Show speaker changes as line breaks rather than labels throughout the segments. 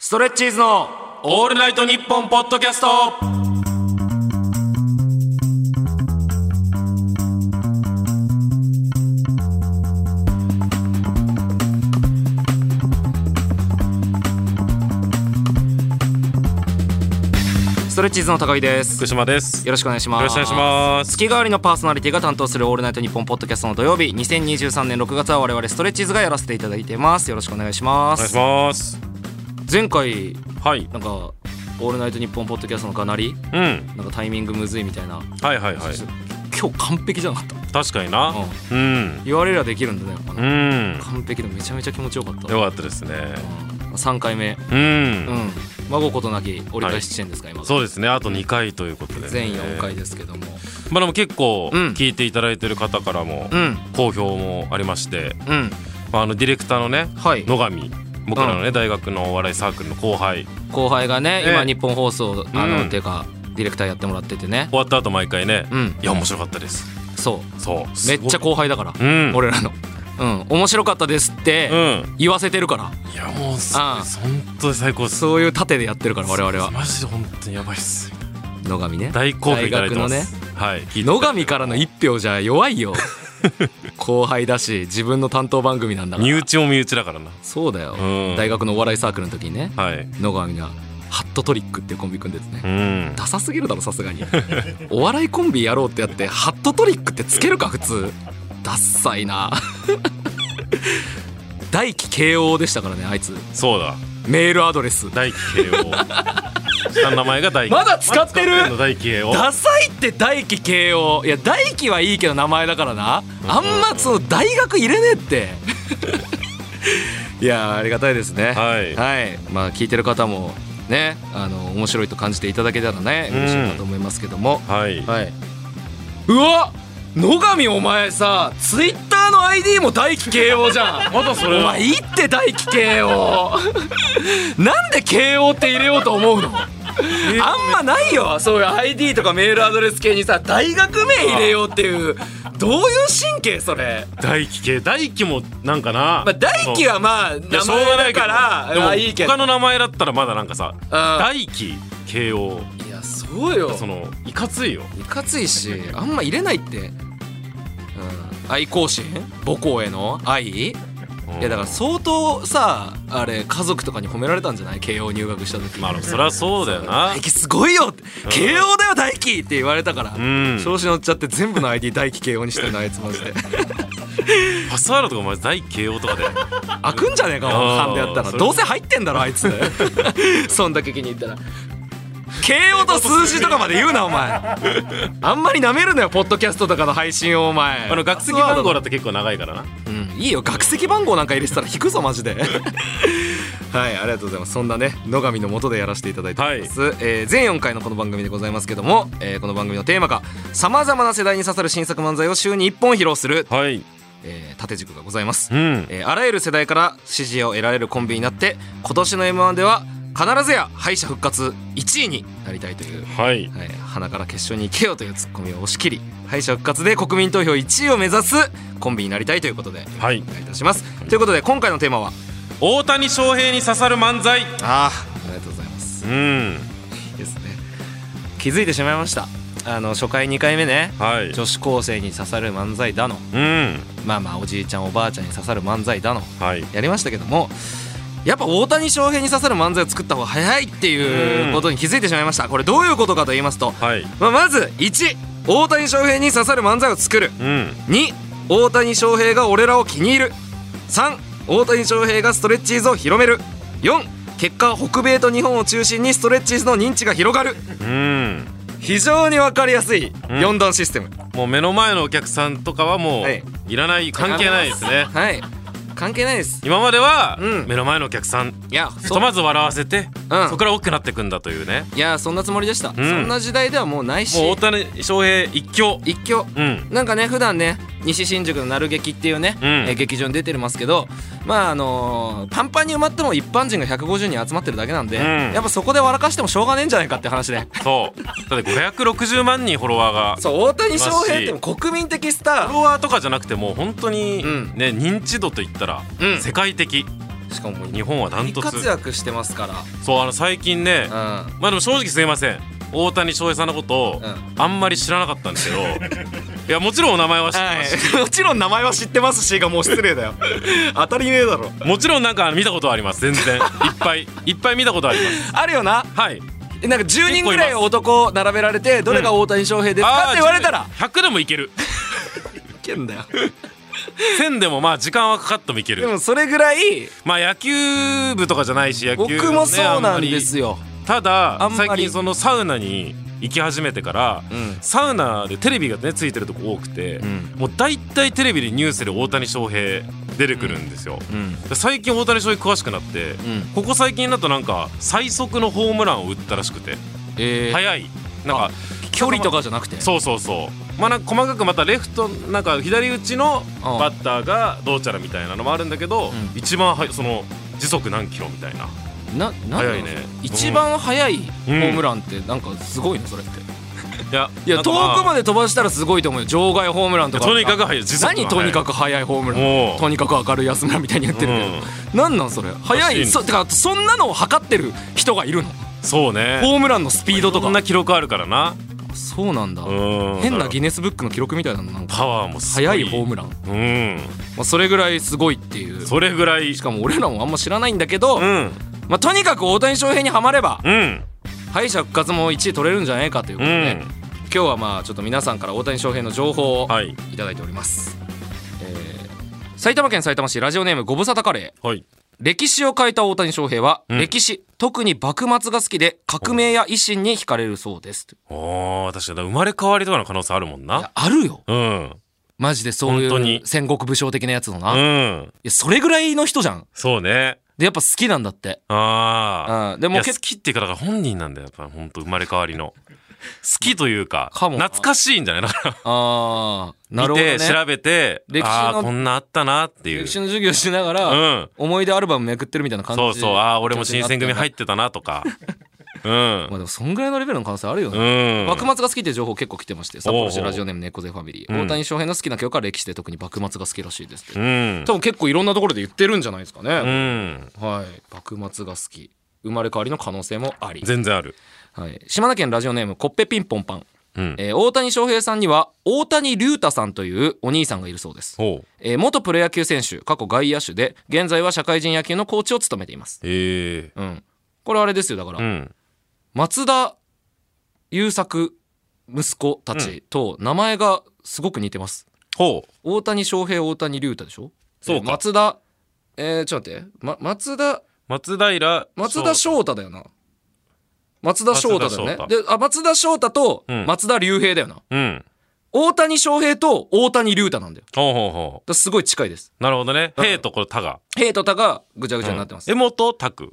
ストレッチーズの
オールナイトニッポンポッドキャスト
ストレッチーズの高木です
福島です
よろしくお願いします
よろしくお願いします
月替わりのパーソナリティが担当するオールナイトニッポンポッドキャストの土曜日2023年6月は我々ストレッチーズがやらせていただいてますよろしくお願いしま
お願いし
す
ます
前回
はい
なんかオールナイトニッポンポッドキャストのかなり
うん
なんかタイミングむずいみたいな
はいはいはい
今日完璧じゃなかった
確かになうん
言われりゃできるんだねやっぱ
う
ね
ん
完璧でめちゃめちゃ気持ちよかった
よかったですね
3回目
う
うんん孫ことなき折り返し地点ですか今が
そうですねあと2回ということでね
全4回ですけども
まあでも結構
うん
聞いていただいてる方からも
うん
好評もありまして
うん
まああのディレクターのね
はい
野上僕らのね大学のお笑いサークルの後輩
後輩がね
ええ
今日本放送あの、
うん
ていうかディレクターやってもらっててね
終わった後毎回ね
うん
いや面白かったです
そう
そう
めっちゃ後輩だから、
うん
俺らのうん面白かったですって
うん
言わせてるから、
いやもうす
ああ
本当に最高です
そういう盾でやってるから我々は
マジで本当にやばいっす
野上ね
大好評いただいてま
大
す、はい聞いていた
野
だいて
上からの一票じゃ弱いよ 後輩だし自分の担当番組なんだか
身
ら
内も身内だからな
そうだよ、
うん
大学のお笑いサークルの時にね
はい
野上がハットトリックっていうコンビ組んでてね、
うん
ダサすぎるだろさすがに お笑いコンビやろうってやってハットトリックってつけるか普通ダッサいな 大輝慶応でしたからねあいつ
そうだ
メールアドレス
大輝 慶応下の名前が大輝
まだ使ってる
まだ使の大輝慶応
ダサいって大輝慶応いや大輝はいいけど名前だからなあんまその大学入れねえって いやありがたいですね
はい
まあ聞いてる方もねあの面白いと感じていただけたらね嬉しいなと思いますけども、
はい、
はいうわ野上お前さツイッターの ID も大輝慶応じゃん
まだそれ
お前いいって大輝慶 応なんで慶応って入れようと思うのあんまないよそういう ID とかメールアドレス系にさ大学名入れようっていうどういう神経それ、
大輝慶大輝もなんかな、
まあ、大輝
は
はまあ名前だから
で
ま
も
あいいけど
他の名前だったらまだなんかさ
あ
大輝慶応
いやそうよ
そのいかついよ
いかついしあんま入れないって、うん、愛校心母校への愛
うん
いやだから相当さあれ家族とかに褒められたんじゃない慶応入学した時
まあでもそりゃそうだよな
大輝すごいよって慶応だよ大輝って言われたから、
うん
調子乗っちゃって全部の ID 大輝慶応にしてんのあいつマジで
パスワードとかお前大輝慶応とか で
開くんじゃねえかも
あー
ハンでやったら
それ
どうせ入ってんだろあいつ そんだけ気に入ったら慶応と数字とかまで言うなお前あんまりなめるなよポッドキャストとかの配信をお前
あの学籍番号だって結構長いからな
うん、いいよ学籍番号なんか入れてたら引くぞマジ ではいありがとうございますそんなね野上の下でやらせていただいております、えー全4回のこの番組でございますけども、えーこの番組のテーマがさまざまな世代に刺さる新作漫才を週に1本披露する、
はい
えー縦軸がございます、
うん
えーあらゆる世代から支持を得られるコンビになって今年の m 1では必ずや敗者復活1位になりたいという
はい
はい、鼻から決勝に行けよというツッコミを押し切り敗者復活で国民投票1位を目指すコンビになりたいということで
はい
お願いいたしますということで今回のテーマは
大谷翔平に刺さる漫才
あありがとうございます
うん
ですね気づいてしまいましたあの初回2回目ね
はい
女子高生に刺さる漫才だの
うん
まあまあおじいちゃんおばあちゃんに刺さる漫才だの
はい
やりましたけどもやっぱ大谷翔平に刺さる漫才を作った方が早いっていうことに気づいてしまいましたこれどういうことかと言いますと、
はい
まあ、まず1大谷翔平に刺さる漫才を作る
うん
2大谷翔平が俺らを気に入る3大谷翔平がストレッチーズを広める4結果北米と日本を中心にストレッチーズの認知が広がる
うん
非常に分かりやすい
ん
4段システム、
もう目の前のお客さんとかはもう、
はい
い、らない関係ないですね
はい関係ないです
今までは、
うん
目の前のお客さん
いや
ひと
そ
まず笑わせて、
うん
そこから大きくなっていくんだというね
いやそんなつもりでした、
ん
そんな時代ではもうないし
もう大谷翔平一強
一挙
うん
なんかね普段ね西新宿の鳴る劇っていうね、
うん
えー劇場に出てますけどまああのーパンパンに埋まっても一般人が150人集まってるだけなんで、
うん
やっぱそこで笑かしてもしょうがねえんじゃないかって話で
そう だって560万人フォロワーが
そう大谷翔平って国民的スタ
フォ
ー
ロワーとかじゃなくてもう本当に、
うん
ね認知度といったら、
うん
世界的
しかももう
日本はダン
大
トツ
活躍してますか
そうあの最近ね
らうん
まあでも正直すいません大谷翔平さんのことを
うん
あんまり知らなかった んですけどいやもちろんお名前は知ってますし
はい、もちろん名前は知ってますしがもう失礼だ よ当たりねえだろ
もちろんなんか見たことはあります全然いっぱい いっぱい見たことあります
あるよな
はい
えなんか10人ぐらい男並べられてどれが大谷翔平ですかって言われたら
100でもいける
いけんだよ
1000でもまあ時間はかかってもいけ
で
る
もそれぐらい
まあ野球部とかじゃないし野球のね
僕もそうなんです
よ
よ
ただ
あんまり
最近そのサウナに行き始めてから、
うん
サウナでテレビがねついてるとこ多くて、
ん
もう大体テレビでニュースで大谷翔平出てくるんですよ、
うん
で最近大谷翔平詳しくなって、
ん
ここ最近だとなんか最速のホームランを打ったらしくて
えー、
速いなんか
距離とかじゃなくて
そうそうそうまあなんか細かくまたレフトなんか左打ちの
うん
バッターがどうちゃらみたいなのもあるんだけど、
うん
一番はその時速何キロみたいな
ななんだろう
早いね
一番速いホームランってなんかすごいのそれって
いや
いや
なん
遠
かまあ
くまで飛ばしたらすごいと思うよ場外ホームランとか
とにかく速い時速が速い
何とにかく速いホームラ
お
ン
う
とにかく明るい安村みたいにやってるけどなんなんそれ速
らしいん
い
です
そてかそんなのを測ってる人がいるの
そうね
ホームランのスピードと
そん
か
な記録あるからな
そうなんだ
うん
変なギネスブックの記録みたいなのなんか
パワーもすごい
速いホームランま
う
あそれぐらいすごいっていうん
それぐらい
しかも俺らもあんま知らないんだけど
うん
まあとにかく大谷翔平にはまれば
うん
敗者復活も1位取れるんじゃないかというこ
う
とでね
ん
今日はまあちょっと皆さんから大谷翔平の情報を
はい
いただいております、えー埼玉県埼玉市ラジオネームご無沙汰カレー
はい
歴史を変えた大谷翔平は、
うん
歴史特に幕末が好きで革命や維新に惹かれるそうです
おー確かに生まれ変わりとかの可能性あるもん
い
な
やあるよ
うん
マジでそう
本当
い
に
う戦国武将的なやつのな、
う
い
ん
やそれぐらいの人じゃん
そうね
でやっぱ好きなんだって
ああ
うんで
い
も
や
け
好きっていうかだから本人なんだよやっぱ本当生まれ変わり の好きというか
かもな
懐かしいんじゃないだから
あーなるほど
見て
ね
調べて
歴史の
ああこんなあったなっていう
歴史の授業しながら、
うん
思い出アルバムめくってるみたいな感じ
そうそうああ俺も新選組入
っ
ってたなと かう
まあ
ん
でもそんぐらいのレベルの可能性あるよね、
うん
幕末が好きっていう情報結構来てまして札幌
お
市
うおう
ラジオネーム猫背ファミリー、
うん
大谷翔平の好きな曲は歴史で特に幕末が好きらしいですって、
うん
多分結構いろんなところで言ってるんじゃないですか
う
ね、
ん
はい幕末が好き生まれ変わりの可能性もあり、
全然ある
はい、島根県ラジオネームコッペピンポンパン、
うん
えー大谷翔平さんには大谷龍太さんというお兄さんがいるそうです、
ほう
えー元プロ野球選手過去外野手で現在は社会人野球のコーチを務めています
え
うんこれあれですよだから、
えうん
松田優作息子たちと名前がすごく似てます、
ほう
大谷翔平大谷龍太でしょ
そうか
で松田えー、ちょっと待って、ま、松田
松平
松田
翔
翔太だよな松田翔太だよね
松田
であ松田翔太と
うん
松田龍平だよな、
うん
大谷翔平と大谷龍太なんだよだか
ほうほうほ
らすごい近いです
うなるほどね「へ」とこれ「た」が
平と他がぐちゃぐちゃになってます、
江本拓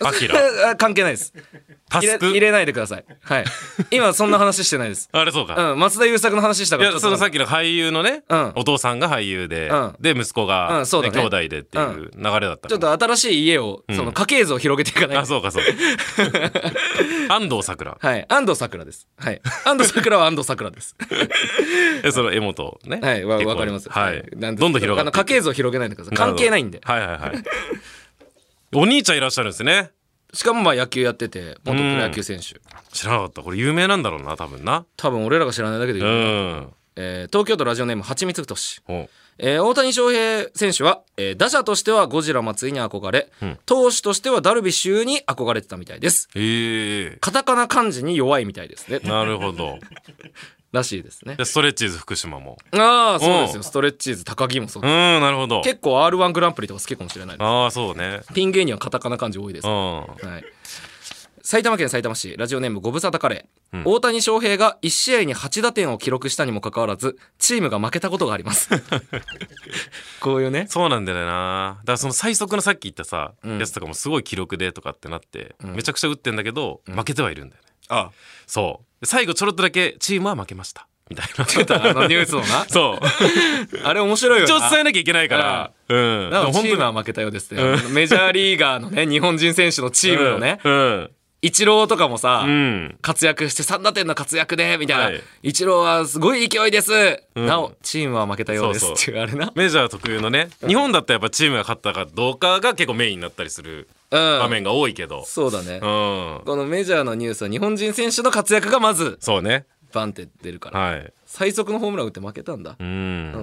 あきら
え関係ないです
タ
入れ
ス
入
ク
れないでくださいはい今そんな話してないです
あれそうか
うん松田優作の話した
い
から
やそのさっきの俳優のね、
うん
お父さんが俳優で、
うん
で息子
う
が、
んそうだね
兄弟でっていう流れだった
ちょっ
から、
と新しい家を、
うん
その家系図を広げていかない
あ
と。
そう かそう安藤サクラ
はい。安藤サクラです。はい。安藤サクラは安藤サクラ です。
え その江本ね
はい。わ
結構
わかります。
はい
なんで
どんどん広が
あの、
ってい
家
く
系図を広げないでください。関係ないんで。
はいはいはい お兄ちゃんいらっしゃるんですね
しかもまあ野球やってて、元プロ野球選手。
知らなかったこれ有名なんだろうな多分な
多分俺らが知らないだけで
う
言う、
ん
えー東京都ラジオネーム、はちみつとし。
ほ
えー大谷翔平選手は、えー打者としてはゴジラ松井に憧れ、投手としてはダルビッシュ有に憧れてたみたいです。
うええ
カタカナ漢字に弱いみたいですね。
なるほ ど
らしいですね。
でストレッチーズ福島も
ああ、そうです
う
よ。
ん
ストレッチーズ、高木もそう
うんなるほど
結構 R1 グランプリとか好きかもしれないです
ああそうね
ピン芸人はカタカナ漢字多いです、
う
は
ん
い、埼玉県埼玉市ラジオネームご無沙汰カレー、
うん
大谷翔平が1試合に8打点を記録したにもかかわらずチームが負けたことがあります こういうね
そうなんだよなだからその最速のさっき言ったさ、
うん
やつとかもすごい記録でとかってなって、
ん
めちゃくちゃ打ってんだけど、
ん
負けてはいるんだよね
あ
そう最後ちょろっとだけチームは負けましたみたいな
あのニュースをな
そう
あれ面白い
一
よ
応
な
伝えなきゃいけないからうん
なんかチ
で
ーム
も
は負けたようですね、メジャーリーガーのね日本人選手のチームのね、
うん、うん
イチローとかもさ、
うん
活躍して3打点の活躍でみたいな、
はい
イチローはすごい勢いです、
うん
なおチームは負けたようです
そう
っ
そ
ていうあれな
メジャー特有のね日本だったらやっぱチームが勝ったかどうかが結構メインになったりする
うん
場面が多いけど、
そうだね、
うん、
このメジャーのニュースは日本人選手の活躍がまず
そうね
バンって出るから、
はい
最速のホームラン打って負けたんだ
う
うん、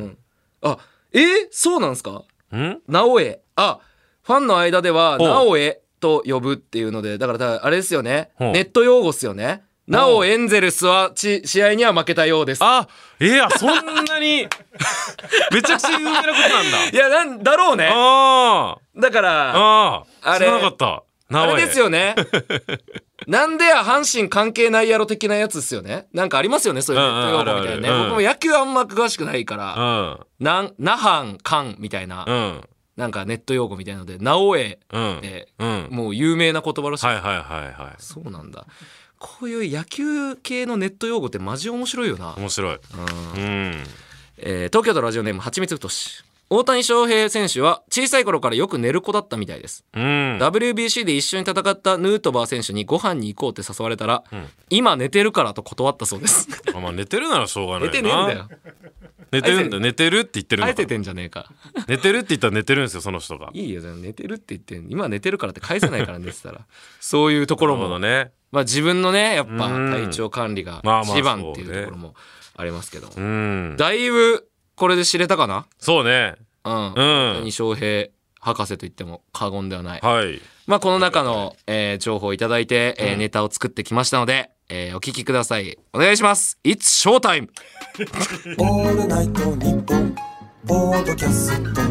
ん、
あえー、そうなんですか
うん、
直江あファンの間では
おう
直江と呼ぶっていうのでだからだあれですよね
ほう
ネット用語っすよねな
ほ
お
う
エンゼルスはち試合には負けたようです
あいやそんなに めちゃくちゃ有名なことな んだ
いやなんだろうね
あ
だから
あああ
あ
知
れ
らなかった
あ
名
れですよね なんでや阪神関係ないやろ的なやつですよねなんかありますよねそういうネット用語みたいなね
うんうんあるあるうん
僕も野球あんま詳しくないから
う
なん那覇関みたいなん
うん
なんかネット用語みたいなので直江
うん
で
うん
もう有名な言葉らしい
はいはいはいは
そうなんだ。こういう野球系のネット用語ってマジ面白いよな。
い面白いうん
えー東京都ラジオネームはちみつふとし。大谷翔平選手は小さい頃からよく寝る子だったみたいです。
うん、
WBC で一緒に戦ったヌートバー選手にご飯に行こうって誘われたら、
ん
今寝てるからと断ったそうです。
あまあ寝てるならしょうがない
寝
な
てねえんだよ。
寝てるんだ寝てるって言ってるの
あ
か
えててんじゃねえか。
寝てるって言ったら寝てるんですよその人が
いいよ、寝てるって言って、今寝てるからって返せないから寝てたら。そういうところ
なるほ
も
どね
まあ、自分のねやっぱ
うん
体調管理が
まあまあ
一番っていう
そうね
ところもありますけど、
うん
だいぶこれで知れたかな
そうね
うん、
う
大
ん
谷翔平博士と言っても過言ではない、
はい
まあ、この中の、えー情報をいただいて、えーネタを作ってきましたので、えーお聞きくださいお願いします It's Showtime
オールナイトニッポンポードキャスト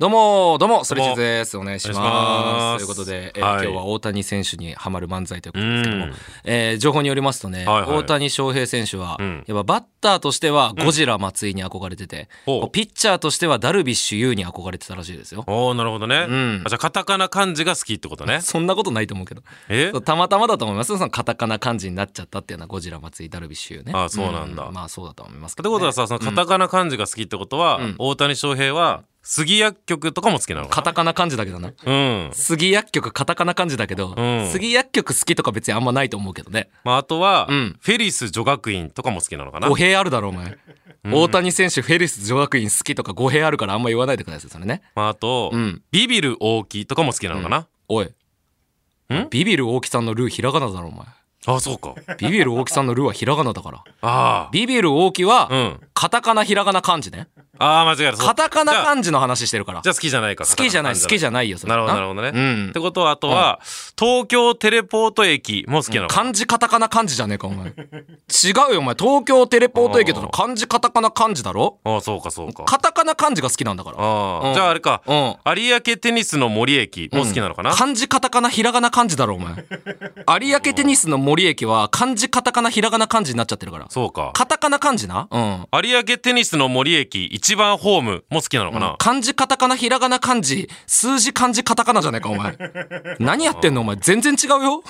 どうもどうもストレッチーズですお願いします
お願いします
ということで、えー
はい
今日は大谷選手にハマる漫才というこ
う
とですけども、
ん
えー情報によりますとね、
はいはい
大谷翔平選手は、
うん
やっぱバッターとしてはゴジラ松井に憧れてて、
ほう
ピッチャーとしてはダルビッシュ有に憧れてたらしいですよ。
おーなるほどね、
うん
あじゃあカタカナ漢字が好きってことね
そんなことないと思うけど
え
そうたまたまだと思いますよそのカタカナ漢字になっちゃったっていうのはゴジラ松井ダルビッシュ有ね
あそうなんだ
まあそうだと思いますけ
って
ど、ね、
ことはさそのカタカナ漢字が好きってことは、
うん
大谷翔平は杉薬局とかも好きなの
カ
か
タカナ漢字だけどな
なうん、
杉薬局カタカナ漢字だけど、
うん
杉薬局好きとか別にあんまないと思うけどね
まあ、あとは、
うん
フェリス女学院とかも好きなのかな
語弊あるだろお前、大谷選手フェリス女学院好きとか語弊あるからあんま言わないでくださいそれね
まあ、あと、
うん
ビビる大木とかも好きなのかな、
おい
ん
ビビる大木さんのルーひらがなだろお前
あそうか
ビビる大木さんのルーはひらがなだから
あ
ビビる大木
あう
は
ん
カタカナひらがな漢字ね
ああ間違えたそう
カタカナ
じゃあ
漢字の話してるから
じゃあ好きじゃないか
好きじゃない
カタ
好
カナ
きじゃないよそれ
なるほどなるほどね、
うん
ってことはあとは、東京テレポート駅も好きなのかな、
漢字カタカナ漢字じゃねえかお前違うよお前東京テレポート駅だと漢字カタカナ漢字だろ
ああそうかそうか
カタカナ漢字が好きなんだから
ああ、
うん
じゃああれか、
うん
有明テニスの森駅も好きなのかな、
漢字カタカナひらがな漢字だろお前 有明テニスの森駅は漢字カタカナひらがな漢字になっちゃってるから
そうか
カタカナ漢字なうん
有明テニスの森駅一番ホームも好きなのかな、
漢字カタカナひらがな漢字数字漢字カタカナじゃねえかお 前何やってんのお前全然違うよ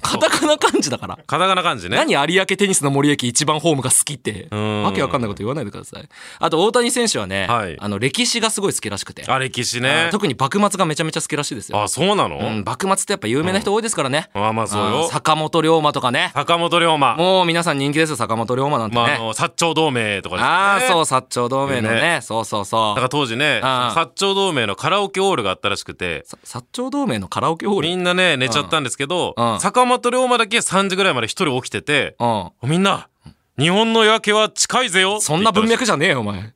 カタカナ漢字だから
カタカナ漢字ね
何有明テニスの森駅一番ホームが好きって
ん
わけわかんないこと言わないでくださいあと大谷選手はね、
はい
あの歴史がすごい好きらしくて、
あ歴史ね
あ特に幕末がめちゃめちゃ好きらしいですよ、
あそうなの、
うん、幕末ってやっぱ有名な人多いですからね、
あまあそう
あ
よ
ー坂本龍馬とかね
坂本龍馬、
もう皆さん人気ですよ坂本龍馬なんてね、
まあ、あの薩長同盟とかですね
ああそう
う
薩長同盟のね
ね
そうそうそ
だから当時ね
あ
薩長同盟のカラオケオールがあったらしくて
うさ薩長同盟のカラオケホール
みんなね寝ちゃったんですけど
うん
坂本龍馬だけ3時ぐらいまで一人起きてて
うん
「みんな日本の夜明けは近いぜよ」
そんな文
って
脈じゃねえよお前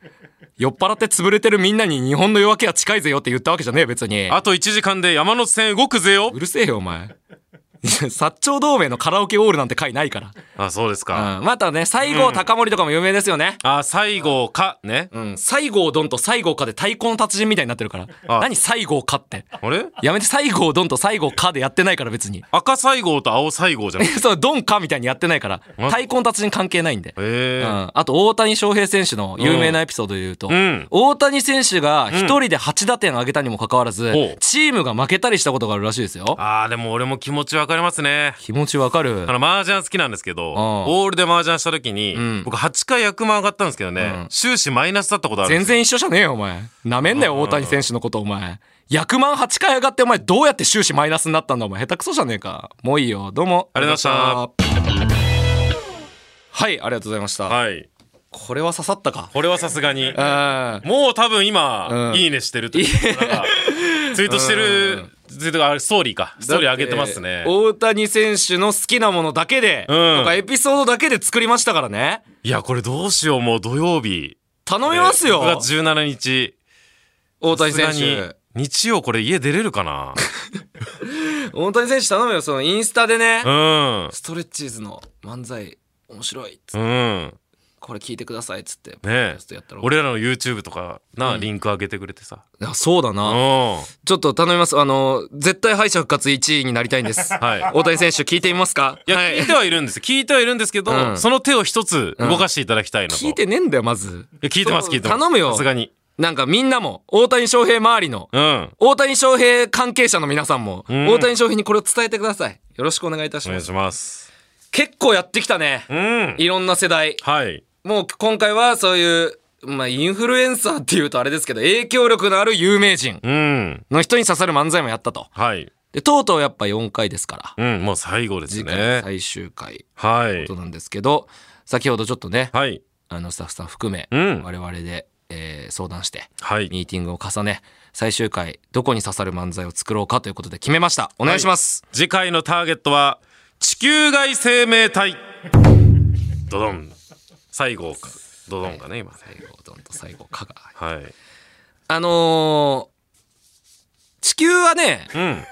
酔っ払って潰れてるみんなに日本の夜明けは近いぜよって言ったわけじゃねえよ別に
言ったらしいあと1時間で山手線動くぜよ
うるせえよ、お前。 薩長同盟のカラオケオールなんて回ないから。
あそうですか
うん、またね、西郷隆盛とかも有名ですよね。
あ西郷かね
うん、西郷どんと西郷かで太鼓の達人みたいになってるから。
あ
何西郷かって。
あれ
やめて西郷どんと西郷かでやってないから別に。
赤西郷と青西郷じゃない
そう、ドンかみたいにやってないから。
あ
太鼓の達人関係ないんで。う
へえ
ん、あと大谷翔平選手の有名なエピソードで言うと、
うん
大谷選手が一人で8打点上げたにもかかわらず、
んほう
チームが負けたりしたことがあるらしいですよ。
あーでも俺も気持ちわかりますね
気持ちわかる
あの麻雀好きなんですけど
ああ
ボールで麻雀した時に、
ん
僕8回役満上がったんですけどね、
うん
終始マイナスだったことあるん
全
ですよ
然一緒じゃねえよお前なめんなよ
うん
大谷選手のことお前役満8回上がってお前どうやって終始マイナスになったんだお前下手くそじゃねえかもういいよどうも
ありがとうござい
ましたはいありがとうございました、
はい
これは刺さったか
これはさすがに
うん
もう多分今、
うん
いいねしてるというかなんかツイートしてる、ツイートがあれストーリーかストーリー上げてます
だっ
ね
て大谷選手の好きなものだけで、
うん
とかエピソードだけで作りましたからね
いやこれどうしようもう土曜日
頼みますよ、
9月17日
大谷選
さすがに
手
日曜これ家出れる かな
大谷選手頼むよそのインスタでね、
うん
ストレッチーズの漫才面白いっつって
うん
これ聞いてくださいっつってポッド
ね
キャストやったら
俺らの YouTube とかな、
うん
リンク上げてくれてさ
いやそうだ
うん
な
は
ちょっと頼みますあの絶対敗者復活1位になりたいん です
いいや
大谷選手聞いてみますかはい
聞いてはいるんです聞いてはいるんですけど、
うん
その手を一つ動かしていただきたいなと、
聞いてねえんだよまず
や聞いてます
その
聞いてます
頼むよ
さすがに
なんかみんなも大谷翔平周りの
うん
大谷翔平関係者の皆さんも、
ん
大谷翔平にこれを伝えてくださいよろしくお願いいたし
お
ま
願い
す
します
結構やってきたね、
うん
いろんな世代
はい
もう今回はそういうまあインフルエンサーっていうとあれですけど影響力のある有名人
うん
の人に刺さる漫才もやったと
はい
でとうとうやっぱ4回ですから
うんもう最後です
次回
ね
最終回
はい
となんですけど先ほどちょっとね
はい
あのスタッフさん含め
うん
我々で、えー相談して
はい
ミーティングを重ね最終回どこに刺さる漫才を作ろうかということで決めましたお願いします、
次回のターゲットは地球外生命体ドドン最後かドドンかね今ね
最後どんと最後かが
はい
あのー地球はね
うん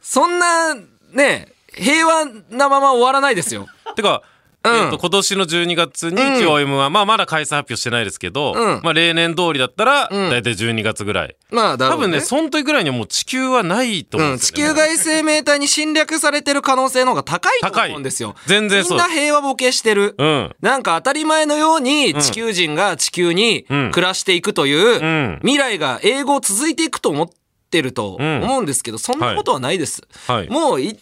そんなね平和なまま終わらないですよ
てか、
うん
えっと今年の12月に QOM は、まあ、まだ開催発表してないですけど、
うん
まあ、例年通りだったら
うん
大体12月ぐらい、
まあだろ
多
う、
分ねそん時ぐらいにはもう地球はないと思うん
うん、
です
地
よ、ね
球外生命体に侵略されてる可能性の方が高いと
高い
思うんですよ。
全然
み
そ
ん
う
な平和ボケしてる。
うん
なんか当たり前のように地球人が地球に
うん
暮らしていくといううん未来が英語続いていくと思ってると
うん
思うんですけど、そんなことはないです。
はい
もうい、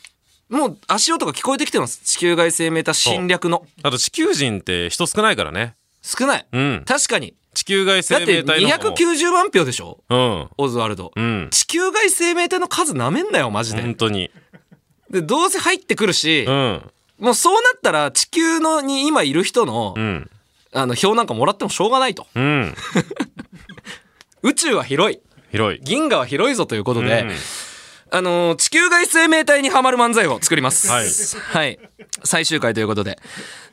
もう足音が聞こえてきてます。地球外生命体侵略の。
あと地球人って人少ないからね
少ない。
うん
確かに。
地球
だ
外
っ
生
て
命体の方
290万票でしょ
うん
オズワルド。
うん
地球外生命体の数なめんなよ、マジで。
本当に
で、どうせ入ってくるし、
うん
もうそうなったら地球のに今いる人の,、
うん
あの票なんかもらってもしょうがないと
うん
宇宙は広い
広い
銀河は広いぞということで、
うん
あのー地球外生命体にはまる漫才を作ります
はい
はい最終回ということで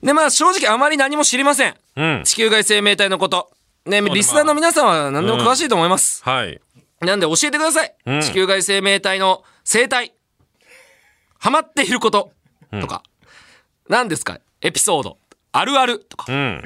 でまあ正直あまり何も知りません
うん
地球外生命体のことね
まあ
リスナーの皆さんは何でも詳しいと思います、
はい
なんで教えてください、
うん
地球外生命体の生態ハマっていることとか、何ですかエピソードあるあるとか
うん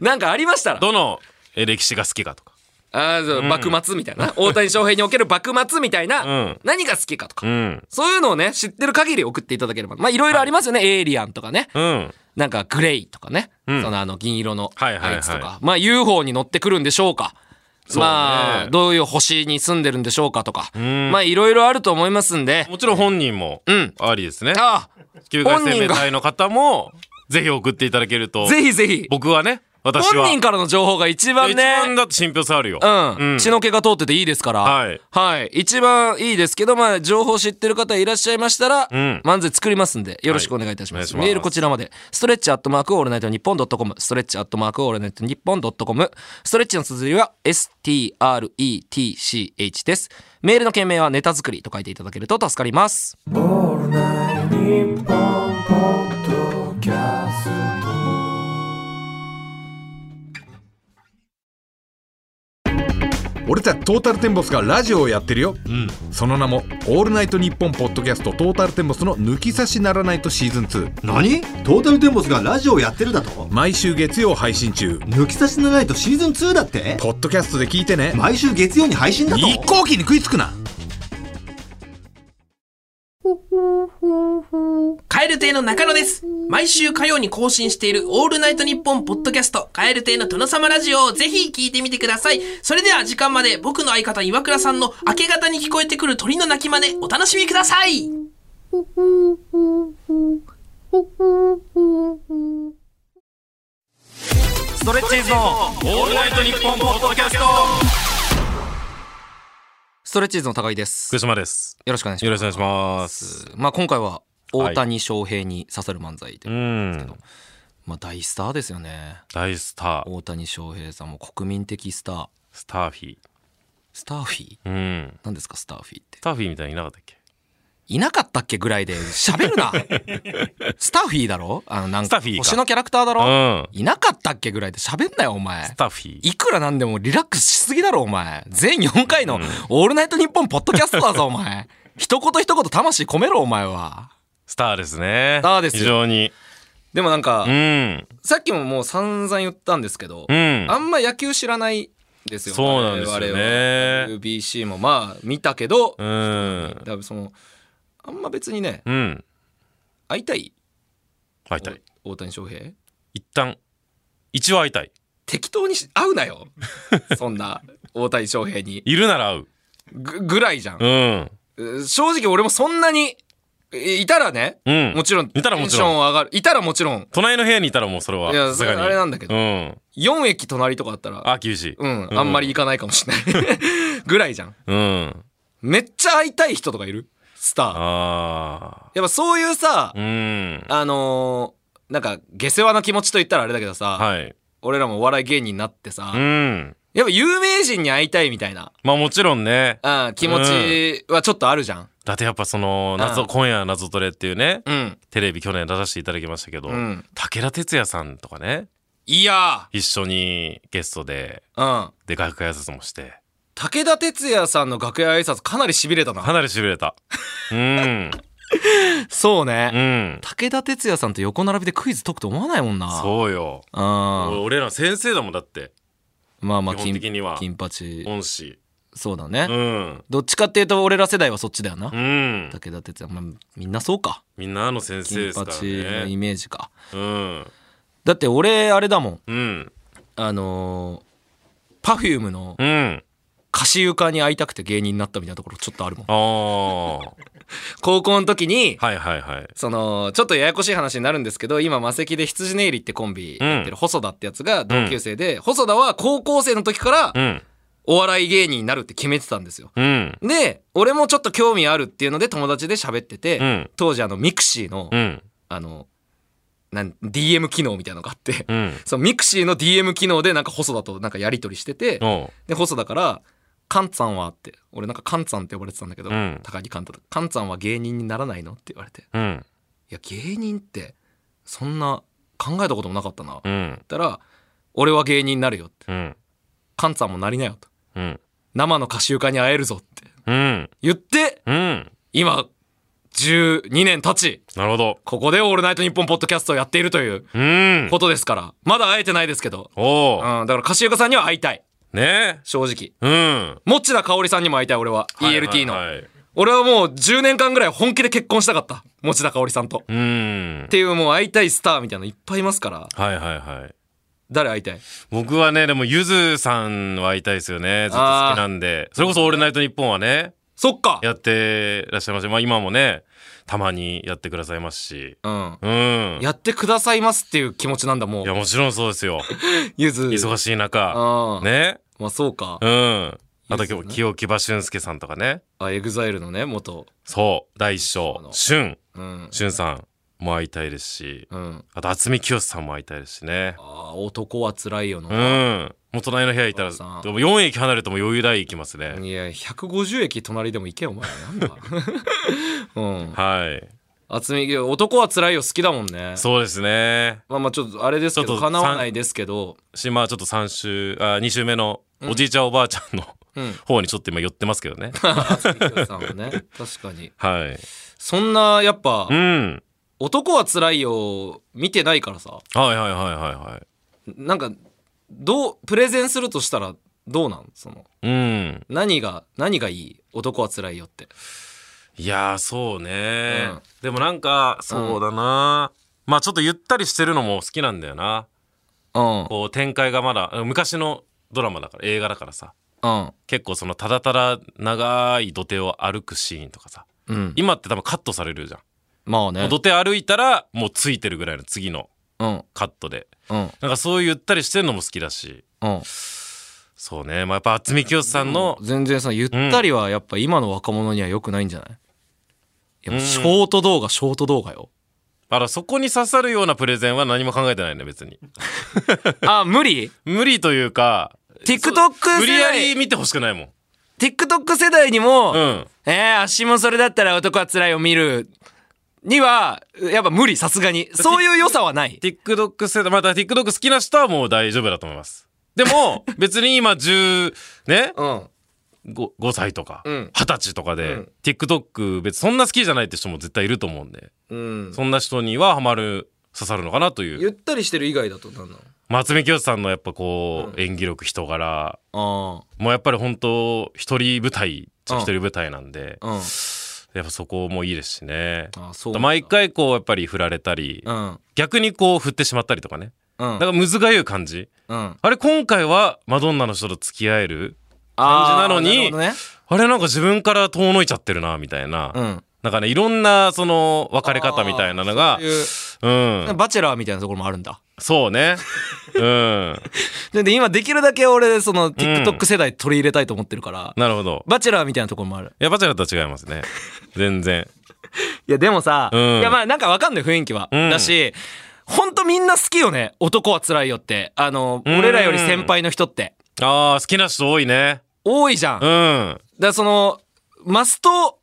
なんかありましたら
どのえ歴史が好きかとか
あーそう幕末みたいな大谷翔平における幕末みたいな、
うん
何が好きかとか、
うん
そういうのをね知ってる限り送っていただければまあいろいろありますよね、エイリアンとかね
うん
なんかグレイとかね、
うん
そのあの銀色の
はいはいは
あ
い
いつとか、まあ UFO に乗ってくるんでしょうか
うね
まあどういう星に住んでるんでしょうかとか、
ん
まあいろいろあると思いますんで
もちろん本人も
うん
ありですね、
あ
地球外生命体の方もぜひ送っていただけると
あぜひぜひ
僕はね私は
本人からの情報が一番
一番
ね
だと信憑性あるよ、
うん、
うん
血の毛が通ってていいですから、
はい
はい。一番いいですけど、まあ、情報知ってる方いらっしゃいましたら、
ん
漫才作りますんで、よろしくお願いいたします。
はいお
メ
願いします
ールこちらまで、ストレッチアットマークオールナイトニッポンドットコム、ストレッチアットマークオールナイトニッポンドットコム、ストレッチの綴りは STRETCH です。メールの件名はネタ作りと書いていただけると助かります。
オールナイトニッポンポッドキャスト
俺たちトータルテンボスがラジオをやってるよ、その名も「オールナイトニッポン」ポッドキャスト「トータルテンボスの抜き差しならないとシーズン2
何トータルテンボスがラジオをやってるだと」
毎週月曜配信中
抜き差しならないとシーズン2だって
ポッドキャストで聞いてね
毎週月曜に配信だと
一向機に食いつくな
カエル亭の中野です。毎週火曜に更新しているオールナイトニッポンポッドキャスト、カエル亭の殿様ラジオをぜひ聞いてみてください。それでは時間まで僕の相方岩倉さんの明け方に聞こえてくる鳥の鳴き真似、お楽しみください。
ストレッチーズのオールナイトニッポンポッドキャスト
ストレッチーズの高井です
福島です
よろしくお願いし
よ
ま
ろしくお願いします
すまあ今回は大谷翔平に刺さる漫才で、
うん
まあ大スターですよね
大スター
大谷翔平さんも国民的スター
スターフィー
スターフィー
うん
何ですかスターフィーって
スターフィーみたいにいなかったっけ
いなかったっけぐらいで喋る なスターフィーだろあのなん
スタ
か
ーフィーか
星のキャラクターだ
う
ろ、
ん
いなかったっけぐらいで喋んなよお前
スターフィー
いくらなんでもリラックスしすぎだろお前全4回の「オールナイトニッポン」ポッドキャストだぞお前一言一言魂込めろお前は
スターですね
スターですよ
非常に
でもなんか
うん
さっきももう散々言ったんですけど、
うん
あんま野球知らないですよ
そうなんですよね
我々は WBC もまあ見たけど、
うん
多分そのあんま別にね
うん
会いたい
会いたい
大谷翔平
一旦一応会いたい
適当にし会うな よそんな大谷翔平に
いるなら会う
ぐぐらいじゃん
う、ん
え正直俺もそんなにえいたらね、
うん
もちろん
いたらも
テン
ち
ション
ろん
上がるいたらもちろん
隣の部屋にいたらもうそれはい
や
さすがに
それあれなんだけど
うん
4駅隣とかあったら
あ厳しい
うんあんまり行かないかもしれない ぐらいじゃん
うん
めっちゃ会いたい人とかいるスター
あ
やっぱそういうさ
ーうん
あのーなんか下世話な気持ちと言ったらあれだけどさ、
はい
俺らもお笑い芸人になってさ、
うん
やっぱ有名人に会いたいみたいな、
まあもちろんね
うん、気持ちはちょっとあるじゃん
だってやっぱその謎
うん
今夜は謎トレっていうね
うん
テレビ去年出させていただきましたけど
うん
武田鉄矢さんとかね
いや
一緒にゲストで
ーうん
で外国挨拶もして
武田鉄矢さんの楽屋挨拶かなり痺れたな
かなりしびれたうん
そうね
うん
武田鉄矢さんと横並びでクイズ解くと思わないもんな。
そうよ
うん。ま
俺ら先生だもんだって
あまあ、
基本的には
金八。
恩師
そうだね。
うん
どっちかっていうと、俺ら世代はそっちだよな。
うん
武田鉄矢、まあ、みんなそうか。
みんなあの先生
金
です
八
から
のイ
ね
メージか。
うん
だって、俺、あれだもん。
うん
あのー、パフュームの
うん
歌詞床に会いたくて芸人になったみたいなところちょっとあるもん。
ああは
高校の時に
い、はいはい
そのちょっとややこしい話になるんですけど今マセキで羊ネイリってコンビやってる細田ってやつが同級生で、細田は高校生の時から
うん
お笑い芸人になるって決めてたんですよ。
うん
で、俺もちょっと興味あるっていうので友達で喋ってて、
うん
当時あのミクシーの、
うん
あの、なん DM 機能みたいなのがあって、
うん
そのミクシーの DM 機能でなんか細田となんかやり取りしてて、
おう
で、細田から、カンツァンはって、俺なんかカンツァンって呼ばれてたんだけど、
うん
高木カンタとカンツァンは芸人にならないのって言われて、い
うん
や、芸人って、そんな考えたこともなかったな。
う
言っ
ん
たら、俺は芸人になるよって、
うん
カンツァンもなりなよと。
うん
生の歌集家に会えるぞって
うん
言って、
うん
今、12年経ち、
なるほど
ここでオールナイトニッポンポッドキャストをやっているという
うん
ことですから、まだ会えてないですけど、
お
うん、
お
だから、柏岡さんには会いたい。
ね
正直。
うん
もっちだかおりさんにも会いたい、俺は。ELT の。
はいはいはい
俺はもう10年間ぐらい本気で結婚したかった。もちだかおりさんと。っ
うん
ていう、もう会いたいスターみたいなのいっぱいいますから、
はいはいはい
誰会いたい
僕はねでもゆずさんは会いたいですよねずっと好きなんでそれこそ「オールナイトニッポン」はね
そっか
やってらっしゃいましたまあ今もねたまにやってくださいますし
うん。
うんい
やってくださいますっていう気持ちなんだ、もう
や。もちろんそうですよ
ゆず。
忙しい中
ああ。
ね
まあ、そうか。
うんあと
ゆず
今
ね
日清木場俊介さんとかね
あ、エグザイルのね、元。
そう第一
そうな
章
の
俊
うん。
俊さんも会いたいですし
うん。
あと渥美清さんも会いたいですしね
ああ、男は辛いよの。
うんもう隣の部屋いたら
さん
でも4駅離れても余裕ない行きますね
いや150駅隣でも行けよお前なんだ うん
はい
厚み男は辛いよ好きだもんね
そうですね
まあまあちょっとあれですけ
ちょ
ど
っと
かなわないですけど
しまあちょっと3週あ2週目のおじいちゃんおばあちゃんの、
うん
方にちょっと今寄ってますけど ね
渥美清さんはね 確かに
はい
そんなやっぱ
うん
「男は辛いよ」見てないからさ
はいはいはいはいはい
なんかどうプレゼンするとしたらどうなんその
うん
何が何がいい男は辛いよって
いやーそうね、
うん
でもなんかそうだな、まあちょっとゆったりしてるのも好きなんだよな。
うん
こう展開がまだ、昔のドラマだから、映画だからさ。
うん
結構そのただただ長い土手を歩くシーンとかさ。
うん
今って多分カットされるじゃん。
まあね
土手歩いたらもうついてるぐらいの次の
うん
カットで。
うん
なんかそういうゆったりしてるのも好きだし。
うん
そうね。まあやっぱ渥美清さんの、
全然さゆったりはやっぱ今の若者には良くないんじゃないやっぱショート動画ショート動画よ
あらそこに刺さるようなプレゼンは何も考えてないね、 別に。
あ無理
無理というか、
TikTok
そう無理や
世
り
代
見てほしくないもん。
TikTok 世代にも、
うん。
えー、足もそれだったら男は辛いを見るにはやっぱ無理さすがにそういう良さはない
TikTok 世代、また TikTok 好きな人はもう大丈夫だと思います。で も、別に今10、ね、
うん
5, 5歳とか、
ん
20歳とかで、TikTok 別にそんな好きじゃないって人も絶対いると思うんで、
うん
そんな人にはハマる、刺さるのかなという。
ったりしてる以外だと何なの
松見清さんのやっぱこう、演技力、人柄、
あ
もうやっぱり本当一人舞台、じゃ一人舞台なんで、
あうん
やっぱそこもいいですしね。
あそう
毎回こうやっぱり振られたり、
うん
逆にこう振ってしまったりとかね。
うん
だからむずがゆい感じ。
うん
あれ今回はマドンナの人と付き合える感じなのに
あーるほどね
あれなんか自分から遠のいちゃってるなみたいな、
うん
なんかねいろんなその別れ方みたいなのが
そういう
うん
バチェラーみたいなところもあるんだ
そうねうん
でで今できるだけ俺その TikTok 世代取り入れたいと思ってるから、
なるほど
バチェラーみたいなところもある
いやバチェラーとは違いますね全然
いやでもさ、
うん
いやまあなんかわかんない雰囲気は、
うん
だしほんとみんな好きよね男は辛いよってあの
ん
俺らより先輩の人って
あー好きな人多いね
多いじゃん、
う
だか
ん
らそのマスト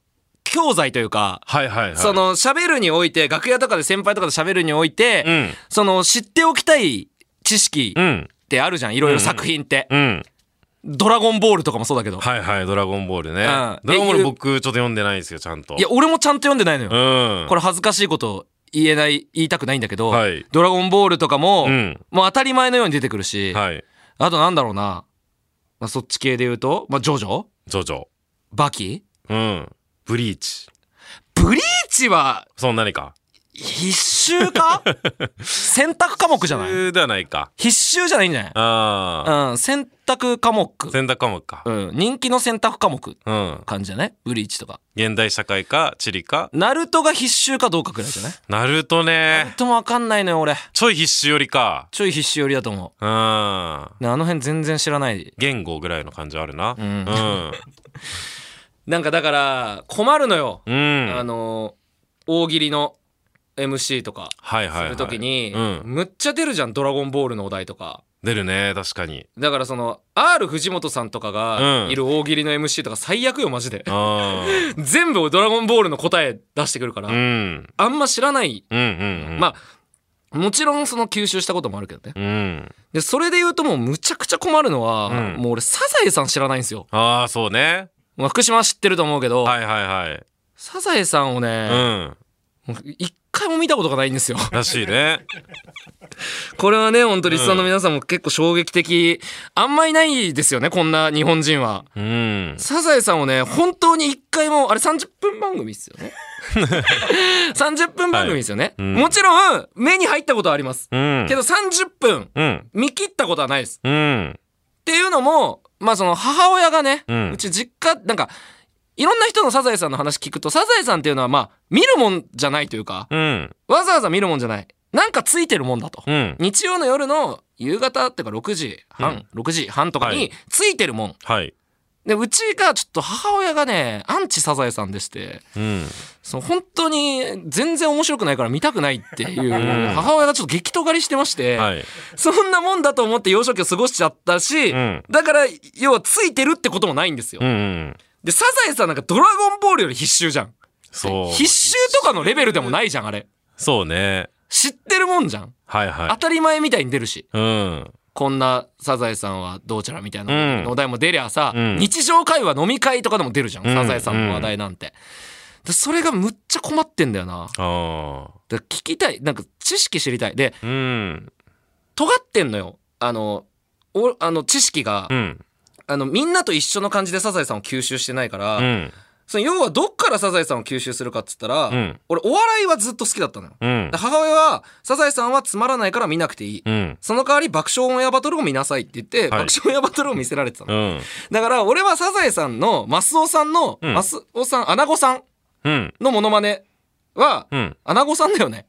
教材というか、
はいはいはい
その喋るにおいて楽屋とかで先輩とかで喋るにおいて、
うん
その知っておきたい知識
う
っ
ん
てあるじゃんいろいろ作品って、
うん
ドラゴンボール」とかもそうだけど、
はいはい「ドラゴンボールね」
うん
ドラゴン
え
ボール」
ゆ
僕ちょっと読んでないんですよちゃんと
い、や俺もちゃんと読んでないのよ、
うん
これ恥ずかしいこと言えない言いたくないんだけど「
はい
ドラゴンボール」とかも、
うん
もう当たり前のように出てくるし、
はい
あとなんだろうな、まあ、そっち系で言うと、まあ、ジョジョ
ジョジョ
バキ
うんブリーチ
ブリーチは
そんなにか
必修 か選択科目じゃない
ではないか。
必修じゃないんじゃない
ああ、
うん、選択科目。
選択科目か
う。ん、人気の選択科目
うん。
感じじゃないブリーチとか。
現代社会か、地理か。
ナルトが必修かどうかくらいじゃない
ナルトね。
ともわかんないのよ、俺。
ちょい必死よりか。
ちょい必修寄りだと思
うん。
う。ねあの辺全然知らない。
言語ぐらいの感じあるな。うんん。
なんかだから、困るのよ。
うん。
あの、大喜利の MC とか。
はいはい、
す
はい。
るときに、
うん。
むっちゃ出るじゃん「ドラゴンボール」のお題とか
出るね、確 かに。
だからその R 藤本さんとかが
うん
いる大喜利の MC とか最悪よマジで
あー
全部「ドラゴンボール」の答え出してくるから、
うん。うん
あんま知らない、
うんうん。
まあもちろんその吸収したこともあるけどね
うん。
でそれで言うともうむちゃくちゃ困るのは、
うん
もう俺サザエさん知らないんですよ、
ああ、そうね。
まあ、福島は知ってると思うけど、
はいはいはい。
サザエさんをね、
うん。
もう一回も見たことがないんですよ
らしいね。
これはね本当リスナーの皆さんも結構衝撃的あんまいないですよねこんな日本人は
うん。
サザエさんをね、本当に一回も、あれ30分番組っすよ ね。30分番組ですよね、
うん
もちろん、目に入ったことはあります。
うん。
けど30分、
うん。
見切ったことはないです。
うん。
っていうのも、まあその母親がね、
う
うんち実家、なんか、いろんな人のサザエさんの話聞くと、サザエさんっていうのはまあ、見るもんじゃないというか、
うん。
わざわざ見るもんじゃない。なんかついてるもんだと。
うん。
日曜の夜の夕方っていうか6時半、6時半とか
はい
についてるもん
はい。
でうちがちょっと母親がねアンチサザエさんでして
うん。
その本当に全然面白くないから見たくないっていう
うん
母親がちょっと激闘狩りしてまして、
はい。
そんなもんだと思って幼少期を過ごしちゃったし、
うん
だから要はついてるってこともないんですよ。
うんうん。
でサザエさんなんか「ドラゴンボール」より必修じゃん。
そう。
必修とかのレベルでもないじゃんあれ。
そうね。
知ってるもんじゃん。
はいはい
当。たり前みたいに出るし。
うん。
こんなサザエさんはどうちゃらみたい
うん
なお題も出りゃさ、
うん
日常会話飲み会とかでも出るじゃん、
うん
サザエさんの話題なんて。でそれがむっちゃ困ってんだよな。
ああ。
だから聞きたい、なんか知識知りたい。で、
うん。
尖ってんのよ。あの、おあの知識が、
うん。
あのみんなと一緒の感じでサザエさんを吸収してないから、
うん。
その要はどっからサザエさんを吸収するかっつったら、
うん
俺お笑いはずっと好きだったのよ、
うん
で母親はサザエさんはつまらないから見なくていい、
うん
その代わり爆笑オンエアバトルを見なさいって言って、
はい
爆笑オンエアバトルを見せられてたの、
うん
だから俺はサザエさんのマスオさんの、
ん
マスオさんアナゴさん
うん
のモノマネは、
うん
アナゴさんだよね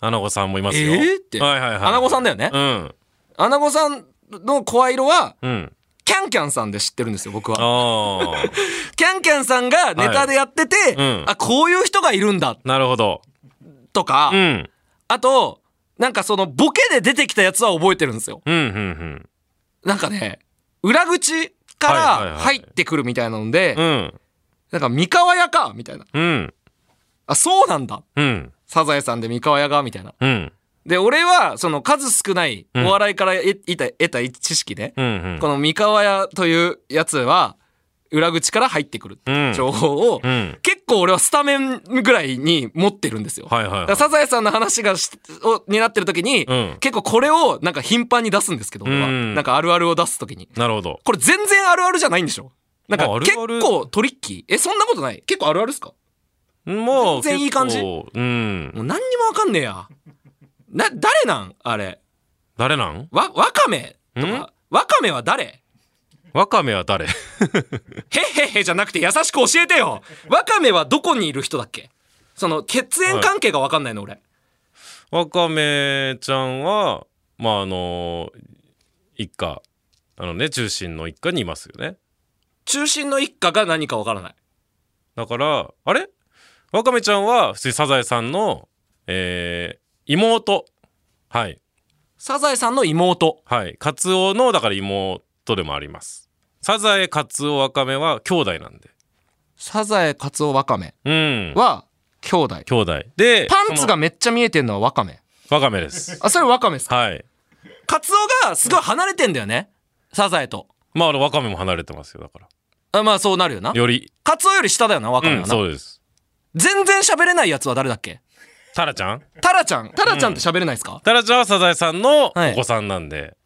アナゴさんもいますよ
えー、って、
はいはいはい
アナゴさんだよね、
うん
アナゴさんの声色は
うん
キャンキャンさんで知ってるんですよ僕は
ああ
キャンキャンさんがネタでやってて、
うん
あこういう人がいるんだ
なるほど
とか、
うん
あとなんかそのボケで出てきたやつは覚えてるんですよ
うんうんうん
なんかね裏口か
はいはい
ら
はい
入ってくるみたいなので、
うん
なんか三河屋かみたいな
うん
あそうなんだ
うん
サザエさんで三河屋がみたいな
うんうん
で俺はその数少ないお笑いから得得た得た知識で、
うん
この三河屋というやつは裏口から入ってくる
うん
情報を、
うん
結構俺はスタメンぐらいに持ってるんですよ。
はいはい
だか
は
ら
い
サザエさんの話がしをになってる時に、
うん
結構これをなんか頻繁に出すんですけど俺は、
うん
なんかあるあるを出す時に
なるほど
これ全然あるあるじゃないんでしょなんか
まあある
結
ある
構トリッキーえそんなことない結構あるあるですか
もう
全然いい感じ
結構うん
もう何にもわかんねえやな誰なんあれ
誰なん
わワカメと
ん
かワカメは誰
ワカメは誰
へ っへっへじゃなくて優しく教えてよワカメはどこにいる人だっけその血縁関係が分かんないの俺、
ワカメちゃんはまああの一家あのね中心の一家にいますよね
中心の一家が何か分からない
だからあれワカメちゃんは普通にサザエさんのえー妹はい
サザエさんの妹
はいカツオのだから妹でもありますサザエカツオワカメは兄弟なんで
サザエカツオワカメ
うん
は兄弟
兄弟で
パンツ
そ
が
の
めっちゃ見えてんのはワカメ
ワカメです
あそれワカメですか
はい
カツオがすごい離れてんだよねサザエと
まああのワカメも離れてますよだか
あまあそうなるよな
らより
カツオより下だよなワカ
う
メ
ん
はな、
そうです
全然喋れないやつは誰だっけ
タラちゃん
タラちゃんタラちゃんって喋れないですか、
タラちゃんはサザエさんのお
はい
子さんなんで、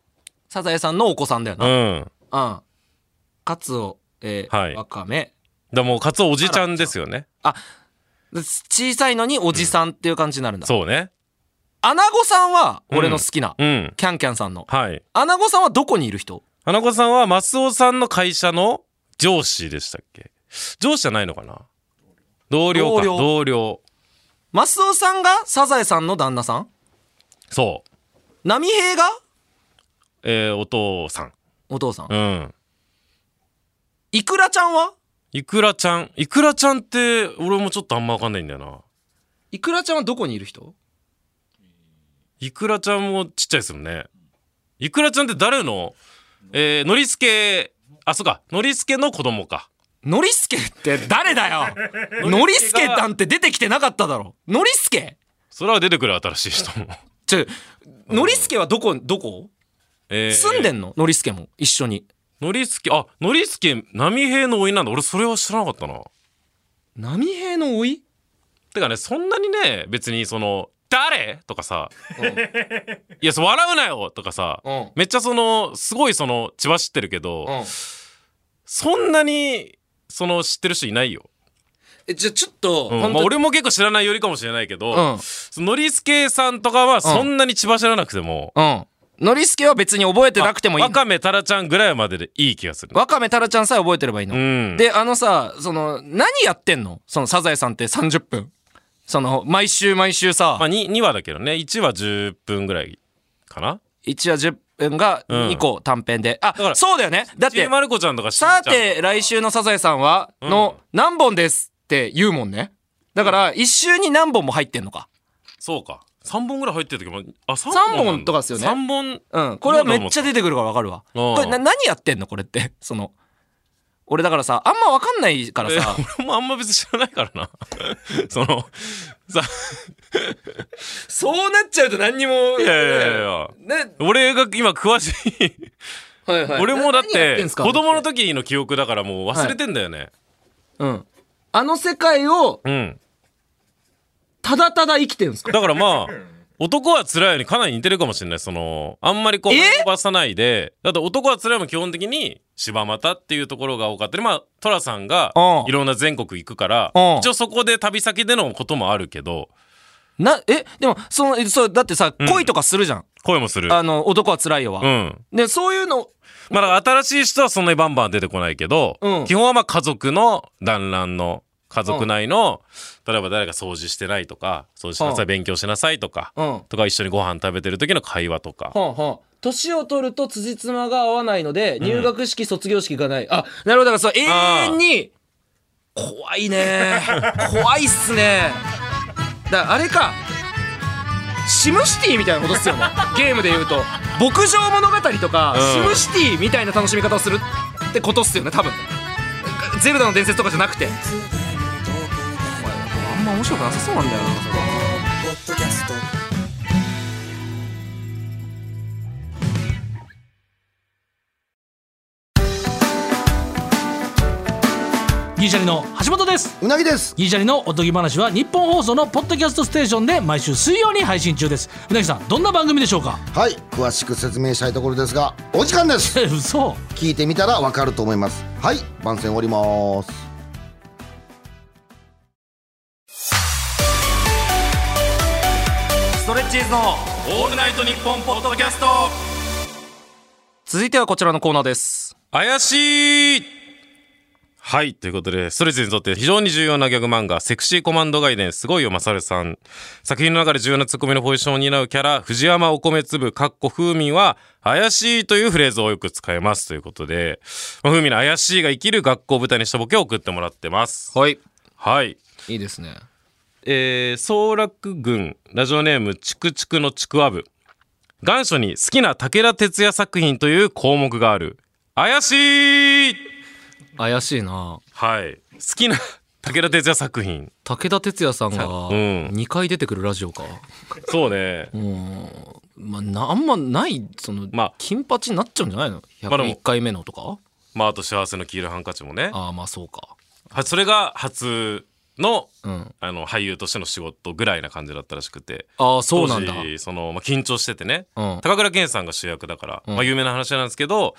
サザエさんのお子さんだよな
うん
うん。カツオ、えー
はい
ワカメ。
でもうカツオおじちゃんですよね
小さいのにおじさんっていう感じになるんだ。
そうね
アナゴさんは俺の好きな、
うん
キャンキャンさんの。
はい
アナゴさんはどこにいる人
花子さんはマスオさんの会社の上司でしたっけ上司じゃないのかな同僚か
同僚
同僚
マスオさんがサザエさんの旦那さん
そう
波平が
えー、お父さん
お父さん。
うん
イクラちゃんはい
くらちゃんいくらちゃんって俺もちょっとあんま分かんないんだよな
イクラちゃんはどこにいる人
いくらちゃんもちっちゃいですもんねいくらちゃんって誰のえー、のりすけあそうかのりすけの子供か
ノリスケって誰だ よノリスケなんて出てきてなかっただろノリスケ
それは出てくる新しい 人も、
ちょ、ノリスケはどこ、どこ
えー
住んでんのノリスケも一緒に。
のりすけあのりすけ波平のおいなんだ俺それは知らなかったな
波平の甥
てかねそんなにね別にその「誰?」とかさ「いやそう笑うなよ」とかさ、
うん
めっちゃそのすごいその血は知ってるけど、
うん。
そんなにその知ってる人いないよ、
え、じゃあちょっと、
うん
本
まあ、
当
俺も結構知らないよりかもしれないけど、
うん
そのりすけさんとかはそんなに血は知らなくても、
うん。ノリスケは別に覚えてなくてもいい
わ。かめたらちゃんぐらいまででいい気がする
わかめタラちゃんさえ覚えてればいいの。
うん
で、あのさ、その、何やってんのそのサザエさんって30分。その、毎週毎週さ
まあ、、2, 2話だけどね1話10分ぐらいかな
1話10分が
うん
2個短編で。
か
あ、
ら
そうだよね。だっ
ちび
て、
まる子ちゃんとかしんちゃん
さ
とか
て来週のサザエさんは、の何本ですって言うもんね。だから、一週に何本も入ってんのか。
そうか3本ぐらい入ってる時もあ
三
3
本とかっすよね
3本
うん。これはめっちゃ出てくるからわかるわ。
うん
これな、何やってんのこれって。その、俺だからさ、あんまわかんないから
え
さ。
俺もあんま別に知らないからな そのさ
そうなっちゃうと何にも。い
いやいやいやいや
ね、
俺が今詳しい
はいはい。
俺もだっ
何や
て
んすか
子供の。時の記憶だからもう忘れてんだよね、
うん。あの世界を
うん
ただただ生きてるんですか
だからまあ男は辛いよにかなり似てるかもしれない。その、あんまりこう、
え
飛ばさないで、だって男は辛いも基本的に柴又っていうところが多かったり、まあ、トラさんが
うん
いろんな全国行くから
うん、
一応そこで旅先でのこともあるけど、
なえでもそのえそうだってさ、
ん
恋とかするじゃん
声もする。
あの男は辛いよは、
うん。
でそういうの
まあだから新しい人はそんなにバンバン出てこないけど、
うん
基本はまあ家族の団らんの家族内の、例えば誰か掃除してないとか掃除しなさい、
うん
勉強しなさいとか、
うん
とか一緒にご飯食べてる時の会話とか、
はんはん年を取ると辻褄が合わないので入学式、卒業式がないあなるほどだからそう永遠に怖い ね怖いっすねだからあれかシムシティみたいなことっすよねゲームで言うと牧場物語とか、
うん
シムシティみたいな楽しみ方をするってことっすよね多分ゼルダの伝説とかじゃなくてあんま面白くなさそうなんだよなそれ
ポッドキャスト
ギリシャリの橋本です
うなぎです
ギリシャリのおとぎ話は日本放送のポッドキャストステーションで毎週水曜に配信中ですうなぎさんどんな番組でしょうか
はい詳しく説明したいところですがお時間です
え嘘
聞いてみたらわかると思いますはい番宣終わります
ストレッチーズの「オールナイトニッポン」ポッドキャスト
続いてはこちらのコーナーです
怪しいはいということでストレッチーズにとって非常に重要なギャグ漫画「セクシーコマンド外伝すごいよマサルさん」作品の中で重要なツッコミのポジションを担うキャラ藤山お米粒かっこ風味は「怪しい」というフレーズをよく使いますということでまあ風味の「怪しい」が生きる学校を舞台にしたボケを送ってもらってます
はい
はい
いいですね
えー、総楽郡ラジオネームちくちくのちくわぶ願書に好きな武田鉄矢作品という項目がある怪しい
怪しいな
はい好きな 武田鉄矢作品
武田鉄矢さんが
うん
2回出てくるラジオか、
そうね
まあなあんまないその、
まあ
金八になっちゃうんじゃないの
まあでも
101回目のとか
まああと幸せの黄色いハンカチもね
ああまあそうか
はそれが初の
うん
あの俳優としての仕事ぐらいな感じだったらしくて
ああそうなんだ
当時その、まあ、緊張しててね、
うん
高倉健さんが主役だから、まあ、有名な話なんですけど、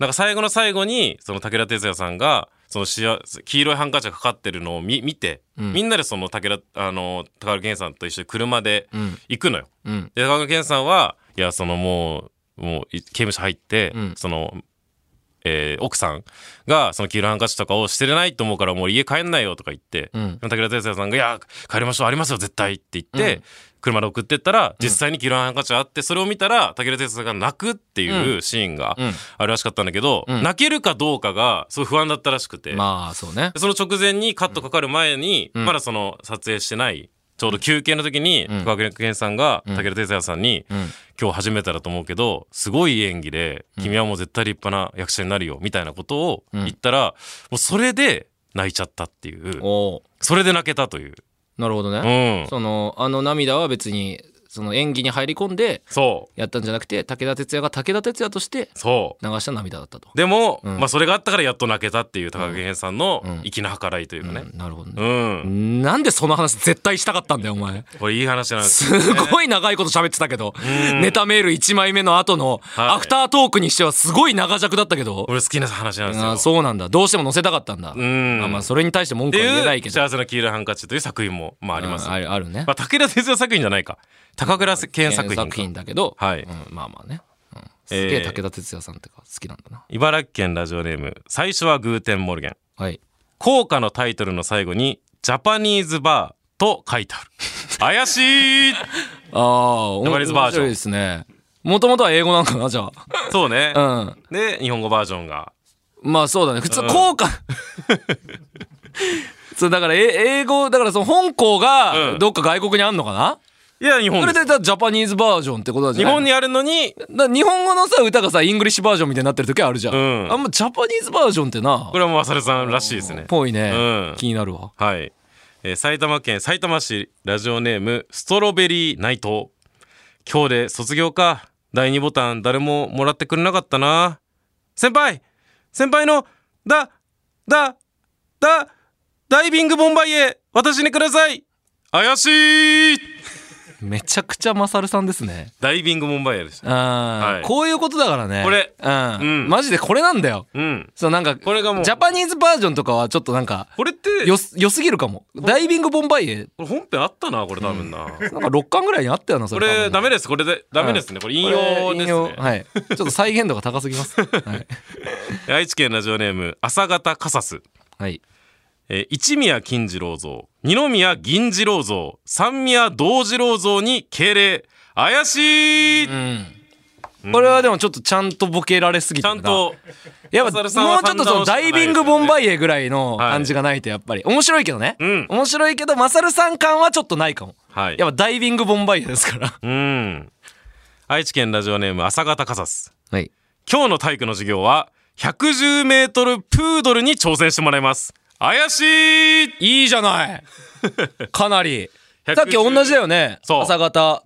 なんか最後の最後にその武田鉄矢さんがそのしあ黄色いハンカチがかかってるのを見見て、みんなでその武田あの高倉健さんと一緒に車で
ん
行くのよ。
うん
で高倉健さんはいやそのもうもうい刑務所入って、
ん
そのえー奥さんがその黄色いハンカチとかを捨てれないと思うからもう家帰んないよとか言って、
ん
武田鉄矢さんが「いや帰りましょうありますよ絶対」って言って、車で送ってったら実際に黄色いハンカチがあってそれを見たら武田鉄矢さんが泣くっていうシーンがあるらしかったんだけど、泣けるかどうかがすごい不安だったらしくて、
まあそうね
でその直前にカットかかる前に、まだその撮影してないちょうど休憩の時に高倉健さんが武田鉄矢さんに、今日初めてだと思うけどすごい演技で君はもう絶対立派な役者になるよ」みたいなことを言ったら、もうそれで泣いちゃったっていう
おお
それで泣けたという、
なるほど
う
ね、
ん、
そのあの涙は別にその演技に入り込んで
そう
やったんじゃなくて武田鉄矢が武田鉄矢として
そう
流した涙だったと、
でも、
ん
まあそれがあったからやっと泣けたっていう高木健さんの粋な計らいというかね
うんなるほど
う
ね、
ん、
なんでその話絶対したかったんだよお前
これいい話なんです
すごい長いこと喋ってたけど、ネタメール1枚目の後の
はい
アフタートークにしてはすごい長尺だったけど、
俺好きな話なんです
あ
よ
ーそうなんだどうしても載せたかったんだ、
ん
まあまあそれに対して文
って
句は言えない
い
け
う
ど
幸せの黄色いハンカチという作品もまああります、
うんあるあるね
まあ、武田鉄矢作品じゃないか高倉健作品か
だけど、
はい
うんまあまあね、うんすげえ
えー
武田鉄矢さんとか好きなんだな、
茨城県ラジオネーム最初はグーテンモルゲン
はい
効果のタイトルの最後に「ジャパニーズバー」と書 いてある怪しい
ああ面
ジャパニーズバージョン
白いですねもともとは英語なんかなじゃ
そうね、
あうん
で日本語バージョンが
まあそうだね普通効果、 そうだからえ英語だからその本校
う
が
ん
どっか外国にあんのかな、
いや日
そ
本
れ
です
でだジャパニーズバージョンってことだじ
日
ゃない
本にあるのに
だ日本語のさ歌がさイングリッシュバージョンみたいになってる時あるじゃん、
うん
あんまジャパニーズバージョンってな
これはもうマサルさんらしいですね
ぽいね、
うん
気になるわ
はい、えー埼玉県埼玉市ラジオネームストロベリーナイト今日で卒業か第2ボタン誰ももらってくれなかったな先輩先輩のだだだダイビングボンバイエ私にください怪しい
めちゃくちゃマサルさんですね。
ダイビングモンバイアです
うん、
い
こういうことだからね。
これ
うん、
うん
マジでこれなんだよ。
うん
そうなんか
これがもう
ジャパニーズバージョンとかはちょっとなんか
これって
よすよすぎるかも。ダイビングボンバイエ
これ本編あったなこれ多分
な
な、
んか6巻ぐらいにあったよなそ
こ
れ。多分
れ
ね
ダメですこれでダメですねこれ引用です
これ引
ね、
用はい。ちょっと再現度が高すぎ ます。はい。
愛知県ラジオネーム朝方カサス
はい。
えー一宮金次郎像二宮銀次郎像三宮道次郎像に敬礼怪しい、
これはでもちょっとちゃんとボケられすぎ
ち
て
ゃ
る
ん
な。
と
やっ
マ
ぱ
サ
もうちょ
ルさんは
っとそのダイビングボンバイエぐらいの
はい
感じがないとやっぱり面白いけどね、
うん
面白いけどマサルさん感はちょっとないかも、
はい
やっぱダイビングボンバイエですから
うん愛知県ラジオネーム朝方カサス
はい
今日の体育の授業は110メートルプードルに挑戦してもらいます怪しい
いいじゃない かなり
110
さっき同じだよね
そう
朝方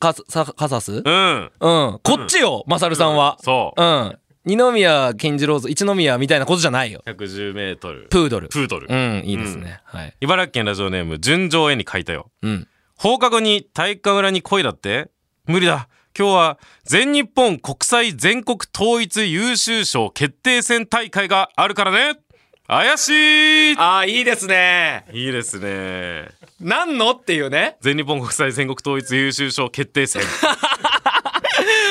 カスさカサスうん、
うん
こっちよ、マサルさんは
そう
うん二宮金次郎像一宮みたいなことじゃないよ
110メートル
プードル
プードル、
うんいいですね、はい
茨城県ラジオネーム純情絵に書いたよ
うん
放課後に体育館裏に来いだって無理だ今日は全日本国際全国統一優秀賞決定戦大会があるからね怪しい
ああいいですね
いいですね
何のっていうね
全日本国際全国統一優秀賞決定 戦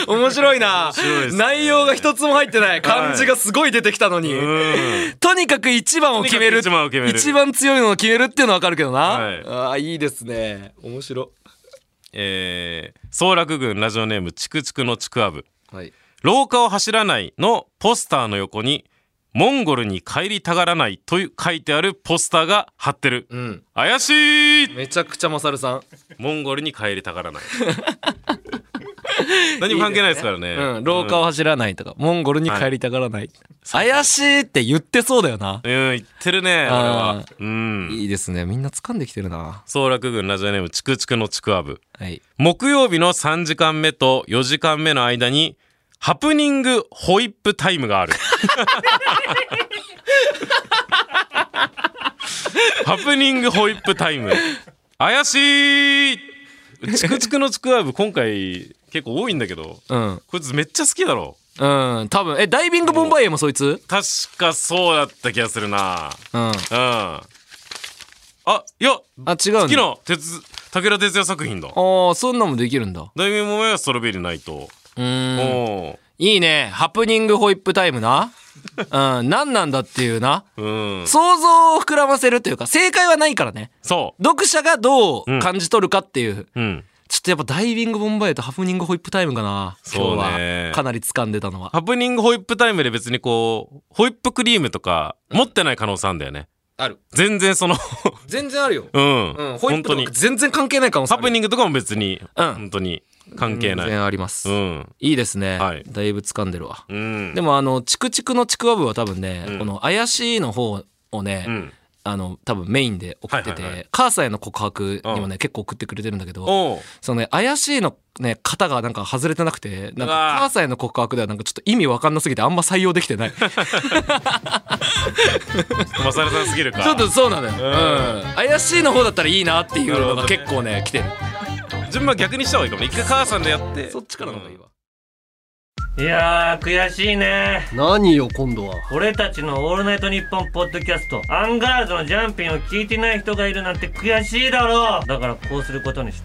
面白いな
白いですね
内容が一つも入ってない漢字がすごい出てきたのに、
うん
とにかく一番を決める
とにかく一番を決める
一番強いのを決めるっていうのは分かるけどな、
はい
ああいいですね面白
えー、総楽郡ラジオネームちくちくのちくわぶ
はい
廊下を走らないのポスターの横にモンゴルに帰りたがらないという書いてあるポスターが貼ってる、
うん
怪しい
めちゃくちゃマサルさん
モンゴルに帰りたが らない何も関係ないですからね
うん、廊下を走らないとか、モンゴルに帰りたがらない、怪しいって言ってそうだよな、
うん、うん言ってるね俺
あ
は
ー
うん
いいですねみんな掴んできてるな
総楽郡ラジオネームちくちくのちくわぶ
はい
木曜日の3時間目と4時間目の間にハプニングホイップタイムがある ハプニングホイップタイム怪しいちくちくのちくわぶ今回結構多いんだけど
うん
こいつめっちゃ好きだろ
うん多分えダイビングボンバイエもそいつ
確かそうだった気がするな
うん
うんあいや
あ違う
好き
の
な鉄武田鉄矢作品だ
ああそんなのもできるんだ
大名もはストロベリーナイト
うーん
おう
いいね。ハプニングホイップタイムな。うん、何なんだっていうな。
うん
想像を膨らませるというか、正解はないからね。
そ
読者がどう感じ取るかっていう。
う。うん。
ちょっとやっぱダイビングボンバイとハプニングホイップタイムかな。
そ
今
うね
日は。かなり掴んでたのは。
ハプニングホイップタイムで別にこう、ホイップクリームとか持ってない可能性あるんだよね。
ある。
全然その、
全然あるよ。
うん。
うん、ホイッ
本
プ
当
と
に
か。全然関係ないかもしれ
ハ
ない。
プニングとかも別に、
うん
本当に関係な
全
い。
然あります。
うん。
いいですね、
はい
だいぶ掴んでるわ。
うん。
で
も、
もあの、チクチクのチクワブは多分ね、
うん
この怪しいの方をね、
うん。
あの多分メインで送ってて、
はいはいはい
母さんへの告白にも
う
ね結構送ってくれてるんだけど
おう。
そのね怪しいのね方がなんか外れてなくてなん
う
か
わー
母さんへの告白ではなんかちょっと意味わかんなすぎてあんま採用できて ないち
マサルさんすぎるか。
ょっとそうなのよ、うん、怪しいの方だったらいいなっていうのが結構ね来てる
順番逆にした方がいいかもね。一回母さんでやって。
そっちからの方がいいわ。
いやー悔しいね
何よ今度は
俺たちの「オールナイトニッポン」ポッドキャストアンガールズのジャンピンを聞いてない人がいるなんて悔しいだろうだからこうすることにし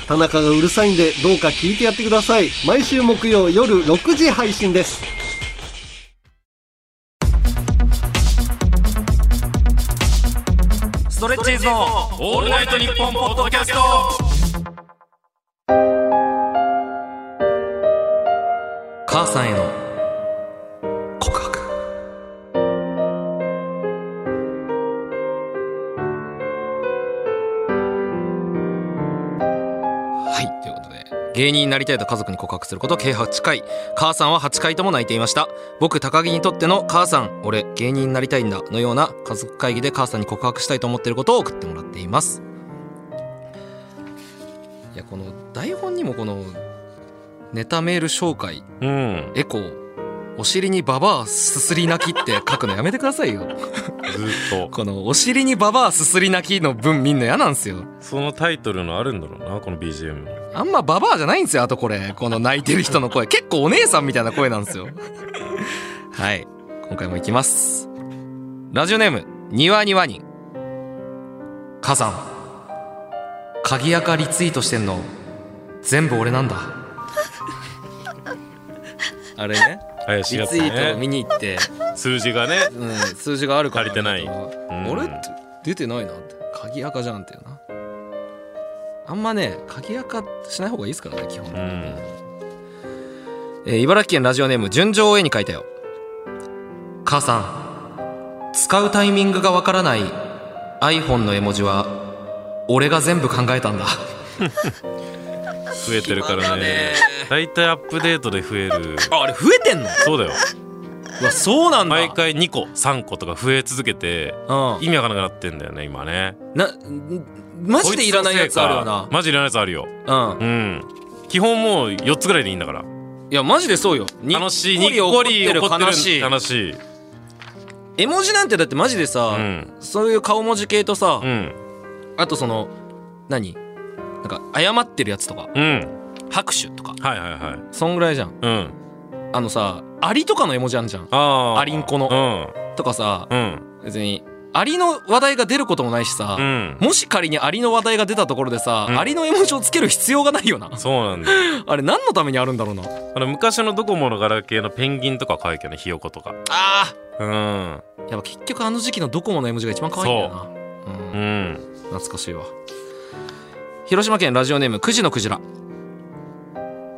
た
田中がうるさいんでどうか聞いてやってください毎週木曜夜6時配信です
ストレッチーズの
オールナイトニッポンポッドキャスト
母さんへの告白はいということで芸人になりたいと家族に告白すること計8回母さんは8回とも泣いていました僕高木にとっての「母さん俺芸人になりたいんだ」のような家族会議で母さんに告白したいと思っていることを送ってもらっていますいやこの台本にもこのネタメール紹介
うん。
エコーお尻にババアすすり泣きって書くのやめてくださいよ
ずっと
このお尻にババアすすり泣きの分見んの嫌なんですよ
そのタイトルのあるんだろうなこの BGM
あんまババアじゃないんですよあとこれこの泣いてる人の声結構お姉さんみたいな声なんですよはい今回もいきますラジオネームにわにわに火山鍵垢リツイートしてんの全部俺なんだあれね
怪しい
リ
やつ
ツイートを
ね
見に行って、
数字がね
うん、数字があるから
足りてないん
俺って出てないなって鍵垢じゃんっていうなあんまね鍵垢しない方がいいですからね基本、
うん
えー茨城県ラジオネーム純情を絵に描いたよ母さん使うタイミングがわからない iPhone の絵文字は俺が全部考えたんだ
増えてるからね大体アップデートで増える
ああれ増えてんの
そうだよ
うわそうなんだ
毎回2個3個とか増え続けて
うん
意味わからなくなってんだよね今ね
なんマジでいらないやつあるよ
こいつのせいかマジでいらないやつあるよ
なうん
うん基本もう4つぐらいでいいんだから
いやマジでそうよにっ
楽しい
こ
に
り
っ
怒
こ
っ
り
てる
怒ってる
悲しい
悲しい
絵文字なんてだってマジでさ、
うん
そういう顔文字系とさ、
うん
あとその何なんか謝ってるやつとか
うん
拍手とか
はいはいはい
そんぐらいじゃん
うん
あのさアリとかの絵文字あんじゃん
ああ
アリンコのとかさ
うんうん
別にアリの話題が出ることもないし
う
さ、
ん
もし仮にアリの話題が出たところでさ、
うん
アリの絵文字をつける必要がないよな
そうなんだ
あれ何のためにあるんだろうな
あの昔のドコモのガラケーのペンギンとか可愛いけどねひよことか
あ
うん
ーやっぱ結局あの時期のドコモの絵文字が一番可愛いんだよなうん
うん
懐かしいわ広島県ラジオネーム9時のクジラ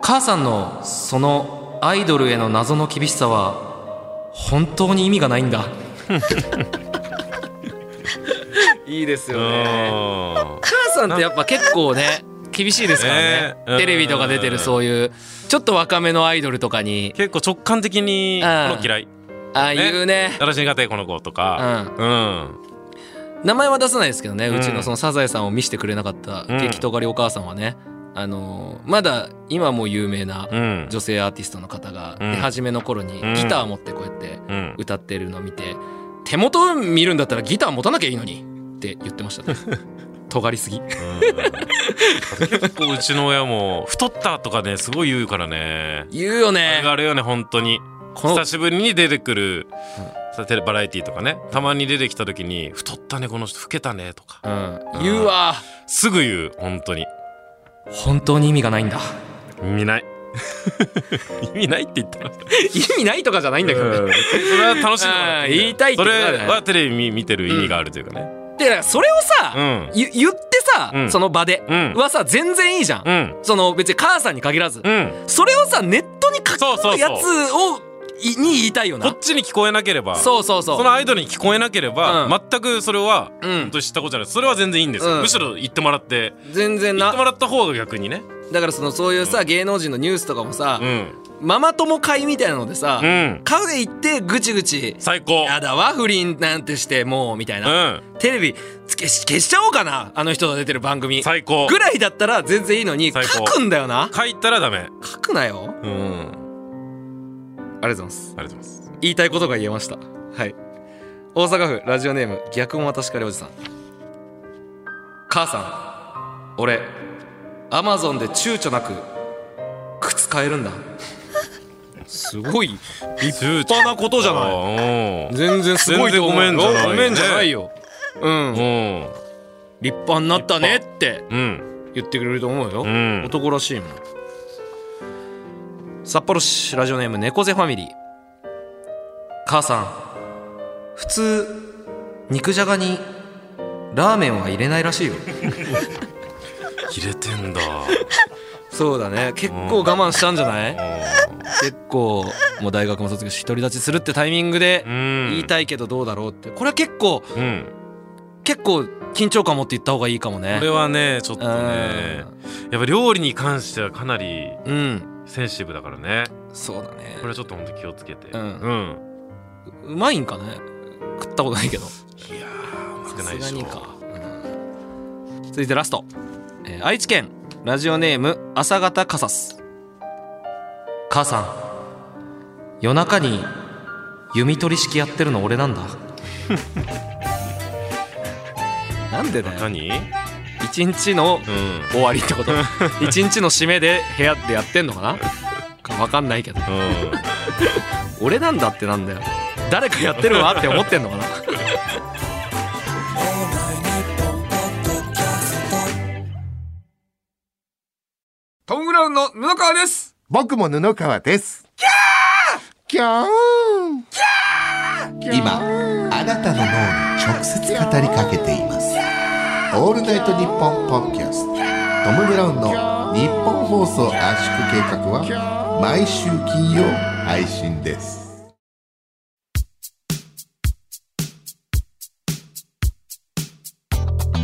母さんのそのアイドルへの謎の厳しさは本当に意味がないんだいいですよね
う
母
ん
さんってやっぱ結構ね厳しいですからね
ね
テレビとか出てるそういうちょっと若めのアイドルとかに
結構直感的にこ
うん
の嫌い
ああいうね
私苦手この子とかうん
名前は出さないですけどね、
う
うんちのそのサザエさんを見せてくれなかった
うん
激とがりお母さんはね、あのーまだ今も有名な
うん
女性アーティストの方が
うん
出始めの頃に
うん
ギター持ってこうやって
うん
歌ってるのを見て手元見るんだったらギター持たなきゃいいのにって言ってま したね尖りすぎ
結構うちの親も太ったとかねすごい言うからね
言うよ
あれ
ね
があるよね本当に
この
久しぶりに出てくるさテレバラエティとかねたまに出てきた時に「太ったねこの人老けたね」とか
うん、言うわ
すぐ言う本当に
本当に意味が ないんだ
意味 ない意味ないって言ったら
意味ないとかじゃないんだけどね、
うんそれは楽しいのか
あ
な
ー言いたいって
そ
いうの
れ
はね
はテレビ見見てる意味があるというかね
でだからそれを
う
さ、
ん
ゆ言ってさ、
うん
その場で、
うん
はさ全然いいじゃん、
うん
その別に母さんに限らず、
うん
それをさネットに書
そうそうそう
くやつをいに言いたいよ
こ
な
っちに聞こえなければ
そうそうそう
そのアイドルに聞こえなければ、
うん
全くそれは、
うん
本当に知ったことじゃないそれは全然いいんですよ、
うん
むしろ言ってもらって
全然
言っても
な
らった方が逆にね
だからそのそういうさ、芸能人のニュースとかもさ、
うん
ママ友会みたいなのでさ、
うん
カフェ行ってぐちぐち
最高
やだわ不倫なんてしてもうみたいうな、
ん
テレビつけ消しちゃおうかなあの人が出てる番組
最高
ぐらいだったら全然いいのに書
最高
くんだよな
書いたらダメ
書くなよ
うんあり
ありがとうございます
がとうございます
言いたいことが言えましたはい大阪府ラジオネーム逆も私からおじさん母さん俺アマゾンで躊躇なく靴買えるんだすごい
立
立派なことじゃない
い
全然すごいと思う
全然ご
ごめ
めんじゃない
んじゃないようん
うん
立派になったねって
うん
言ってくれると思うよ、
うん
男らしいもん札幌市ラジオネーム猫背ファミリー母さん普通肉じゃがにラーメンは入れないらしいよ
入れてんだ
そうだね結構我慢したんじゃない、結構もう大学も卒業し独り立ちするってタイミングで
うん
言いたいけどどうだろうってこれは結構
うん
結構緊張感持って言った方がいいかもね
これはねちょっとねやっぱ料理に関してはかなり
うん
センシティブだからね
そうだね
これはちょっと本当気をつけて
うん
うん
うまいんかね食ったことないけど
いやー、うまく
さ
ない
す
で
がに
しょ。
か、うん続いてラスト、えー愛知県ラジオネーム朝方カサス母さん夜中に弓取り式やってるの俺なんだ なんでだよ
何
一日の
うん
終わりって こと一日の締めで部屋でやってんのかなかわかんないけど
うん
俺なんだってなんだよ誰かやってるわって思ってんのかな
「オールナイトニッポン」ポッドキャスト
トム・ブラウンの布川です
僕も布川です。キャーキャーン
今あなたの脳に直接語りかけています「オールナイトニッポン」ポッドキャストトム・ブラウンの日本放送圧縮計画は毎週金曜配信です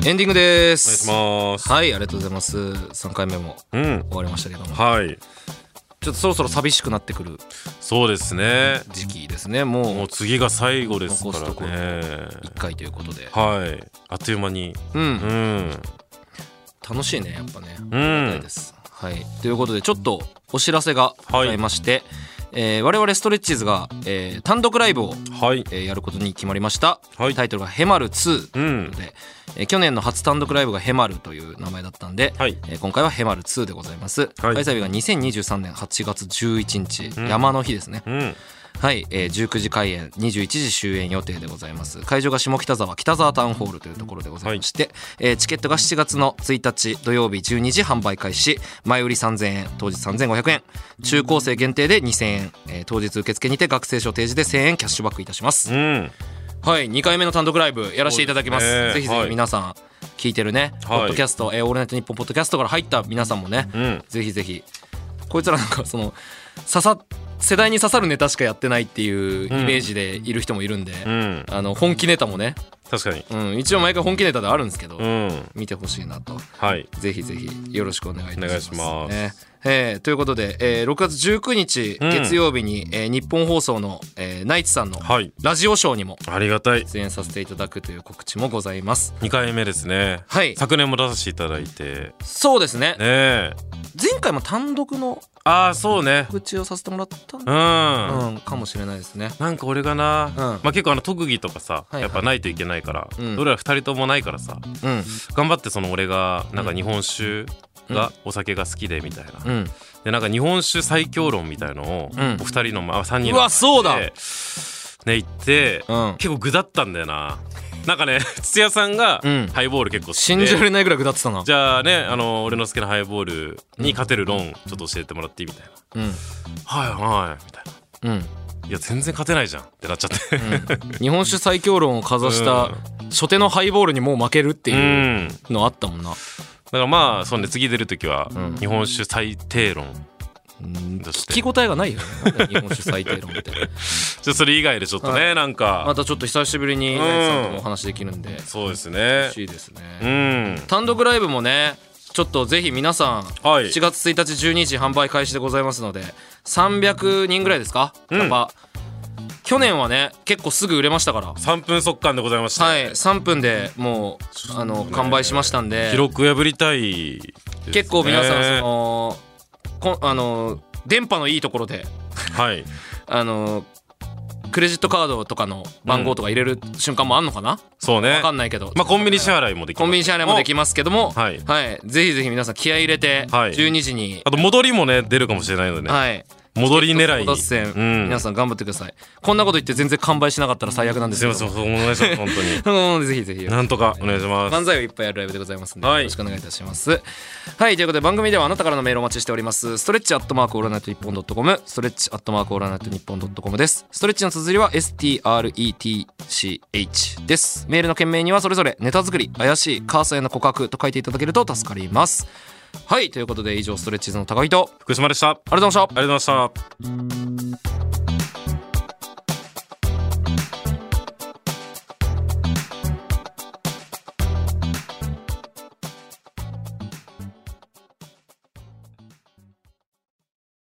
エンディングです
お願いします
はいありがとうございます3回目も
うん
終わりましたけどもちょ
はい
っとそろそろ寂しくなってくる
そうですね
時期ですねもう
もう
1
次が最後ですから
残
ね
回ということで、
はいあっという間に
う、
うんん
楽しいねやっぱね
う
たい
ん
です。はい、ということでちょっとお知らせがございまして、えー我々ストレッチーズが、えー単独ライブを、
はい
えーやることに決まりました、
はい
タイトルが「ヘマル2」と
う
いうんことで、えー去年の初単独ライブが「ヘマル」という名前だったんで、
はい
えー今回は「ヘマル2」でございます、
はい
開催日が2023年8月11日、
うん
山の日ですね
うん
はい、えー19時開演21時終演予定でございます会場が下北沢北沢タウンホールというところでございまして、えーチケットが7月の1日土曜日12時販売開始前売り3000円当日3500円中高生限定で2000円、えー当日受付にて学生証提示で1000円キャッシュバックいたします、
うん
はい2回目の単独ライブやらせていただきます
そうですね
ぜひぜひ皆さん、聞いてるね、
はい
ポッドキャスト、えー、オールナイトニッポンポッドキャストから入った皆さんもね、
うん
ぜひぜひこいつらなんかその刺さ世代に刺さるネタしかやってないっていうイメージでいる人もいるんで、
うん
あの本気ネタもね、
確かに
うん、一応毎回本気ネタであるんですけど、
うん
見てほしいなと
はい
ぜひぜひよろしくお願いいたします。
お願いし
ねえーということで、えー6月19日
うん
月曜日に、えー日本放送の、えーナイツさんの
はい
ラジオショーにも
ありがたい
出演させていただくという告知もございます。
二回目ですね
はい
昨年も出させていただいて
そうですね
ねえ
前回も単独の
ああそうね
告知をさせてもらったん
うん
うん、かもしれないですね。
なんか俺がな、まあ結構あの特技とかさ、
はい
やっぱないといけないから、
うん
俺ら二人ともないからさ
うん、
頑張ってその俺がなんか日本酒がお酒が好きでみたいな、
うん、
でなんか日本酒最強論みたいのを
うん
お二人のまあ三人の
うわそうだ
ね行って、
うん
結構具だったんだよななんかね 土屋さんが
うん
ハイボール結構好きで、
信じられないぐらい下ってたな。
じゃあねあの俺の好きなハイボールに勝てる論ちょっと教えてもらっていいみたい
う
な、
ん、
はいはいみたいな
うん、
いや全然勝てないじゃんってなっちゃって
日本酒最強論をかざした初手のハイボールにもう負ける って
う
いうんのあったもんな。
だからまあそうね次出る時は
ん
日本酒最低論、
うん
どうして
聞き応えがないよね。なんだ日本酒最低論 って。
じゃあそれ以外でちょっとね、
は
なんか、
またちょっと久しぶりに
ん
ナイツさんともお話できるんで、
そうですね
嬉しいです
う
ね。
ん
単独ライブもね。ちょっとぜひ皆さん、
はい
7月1日12時販売開始でございますので300人ぐらいですか、やっぱ去年はね結構すぐ売れましたから
3分速乾でございました、
はい、3分でもう、あの完売しましたんで
記録破りたいですね
結構皆さんそのこあの電波のいいところで
はい
あのクレジットカードとかの番号とか入れる瞬間もあんのかな、
そうね
わかんないけど、
まあコンビニ支払いもできます
コンビニ支払いもできますけども、
はい
ぜひぜひ皆さん気合い入れて、
はい
12時に
お、あと戻りもね出るかもしれないのでね、
はい、
戻り狙い
争奪
に
戦、
うん
皆さん頑張ってくださいこんなこと言って全然完売しなかったら最悪なんです
すい
け
ま
ど
せんお願いします本当に
うんぜひぜひ
なんとかお願いします
漫才をいっぱいやるライブでございますので、
はい
よろしくお願いいたします。はい、ということで番組ではあなたからのメールをお待ちしております。ストレッチアットマークオールナイトニッポンドットコム、ストレッチアットマークオールナイトニッポンドットコムです。ストレッチの綴りは STRETCH です。メールの件名にはそれぞれネタ作り、怪しい、カーサへの告白と書いていただけると助かります。はい、ということで以上ストレッチーズの高木と、
福島でしたあり
ありがとうございました。
がとうございました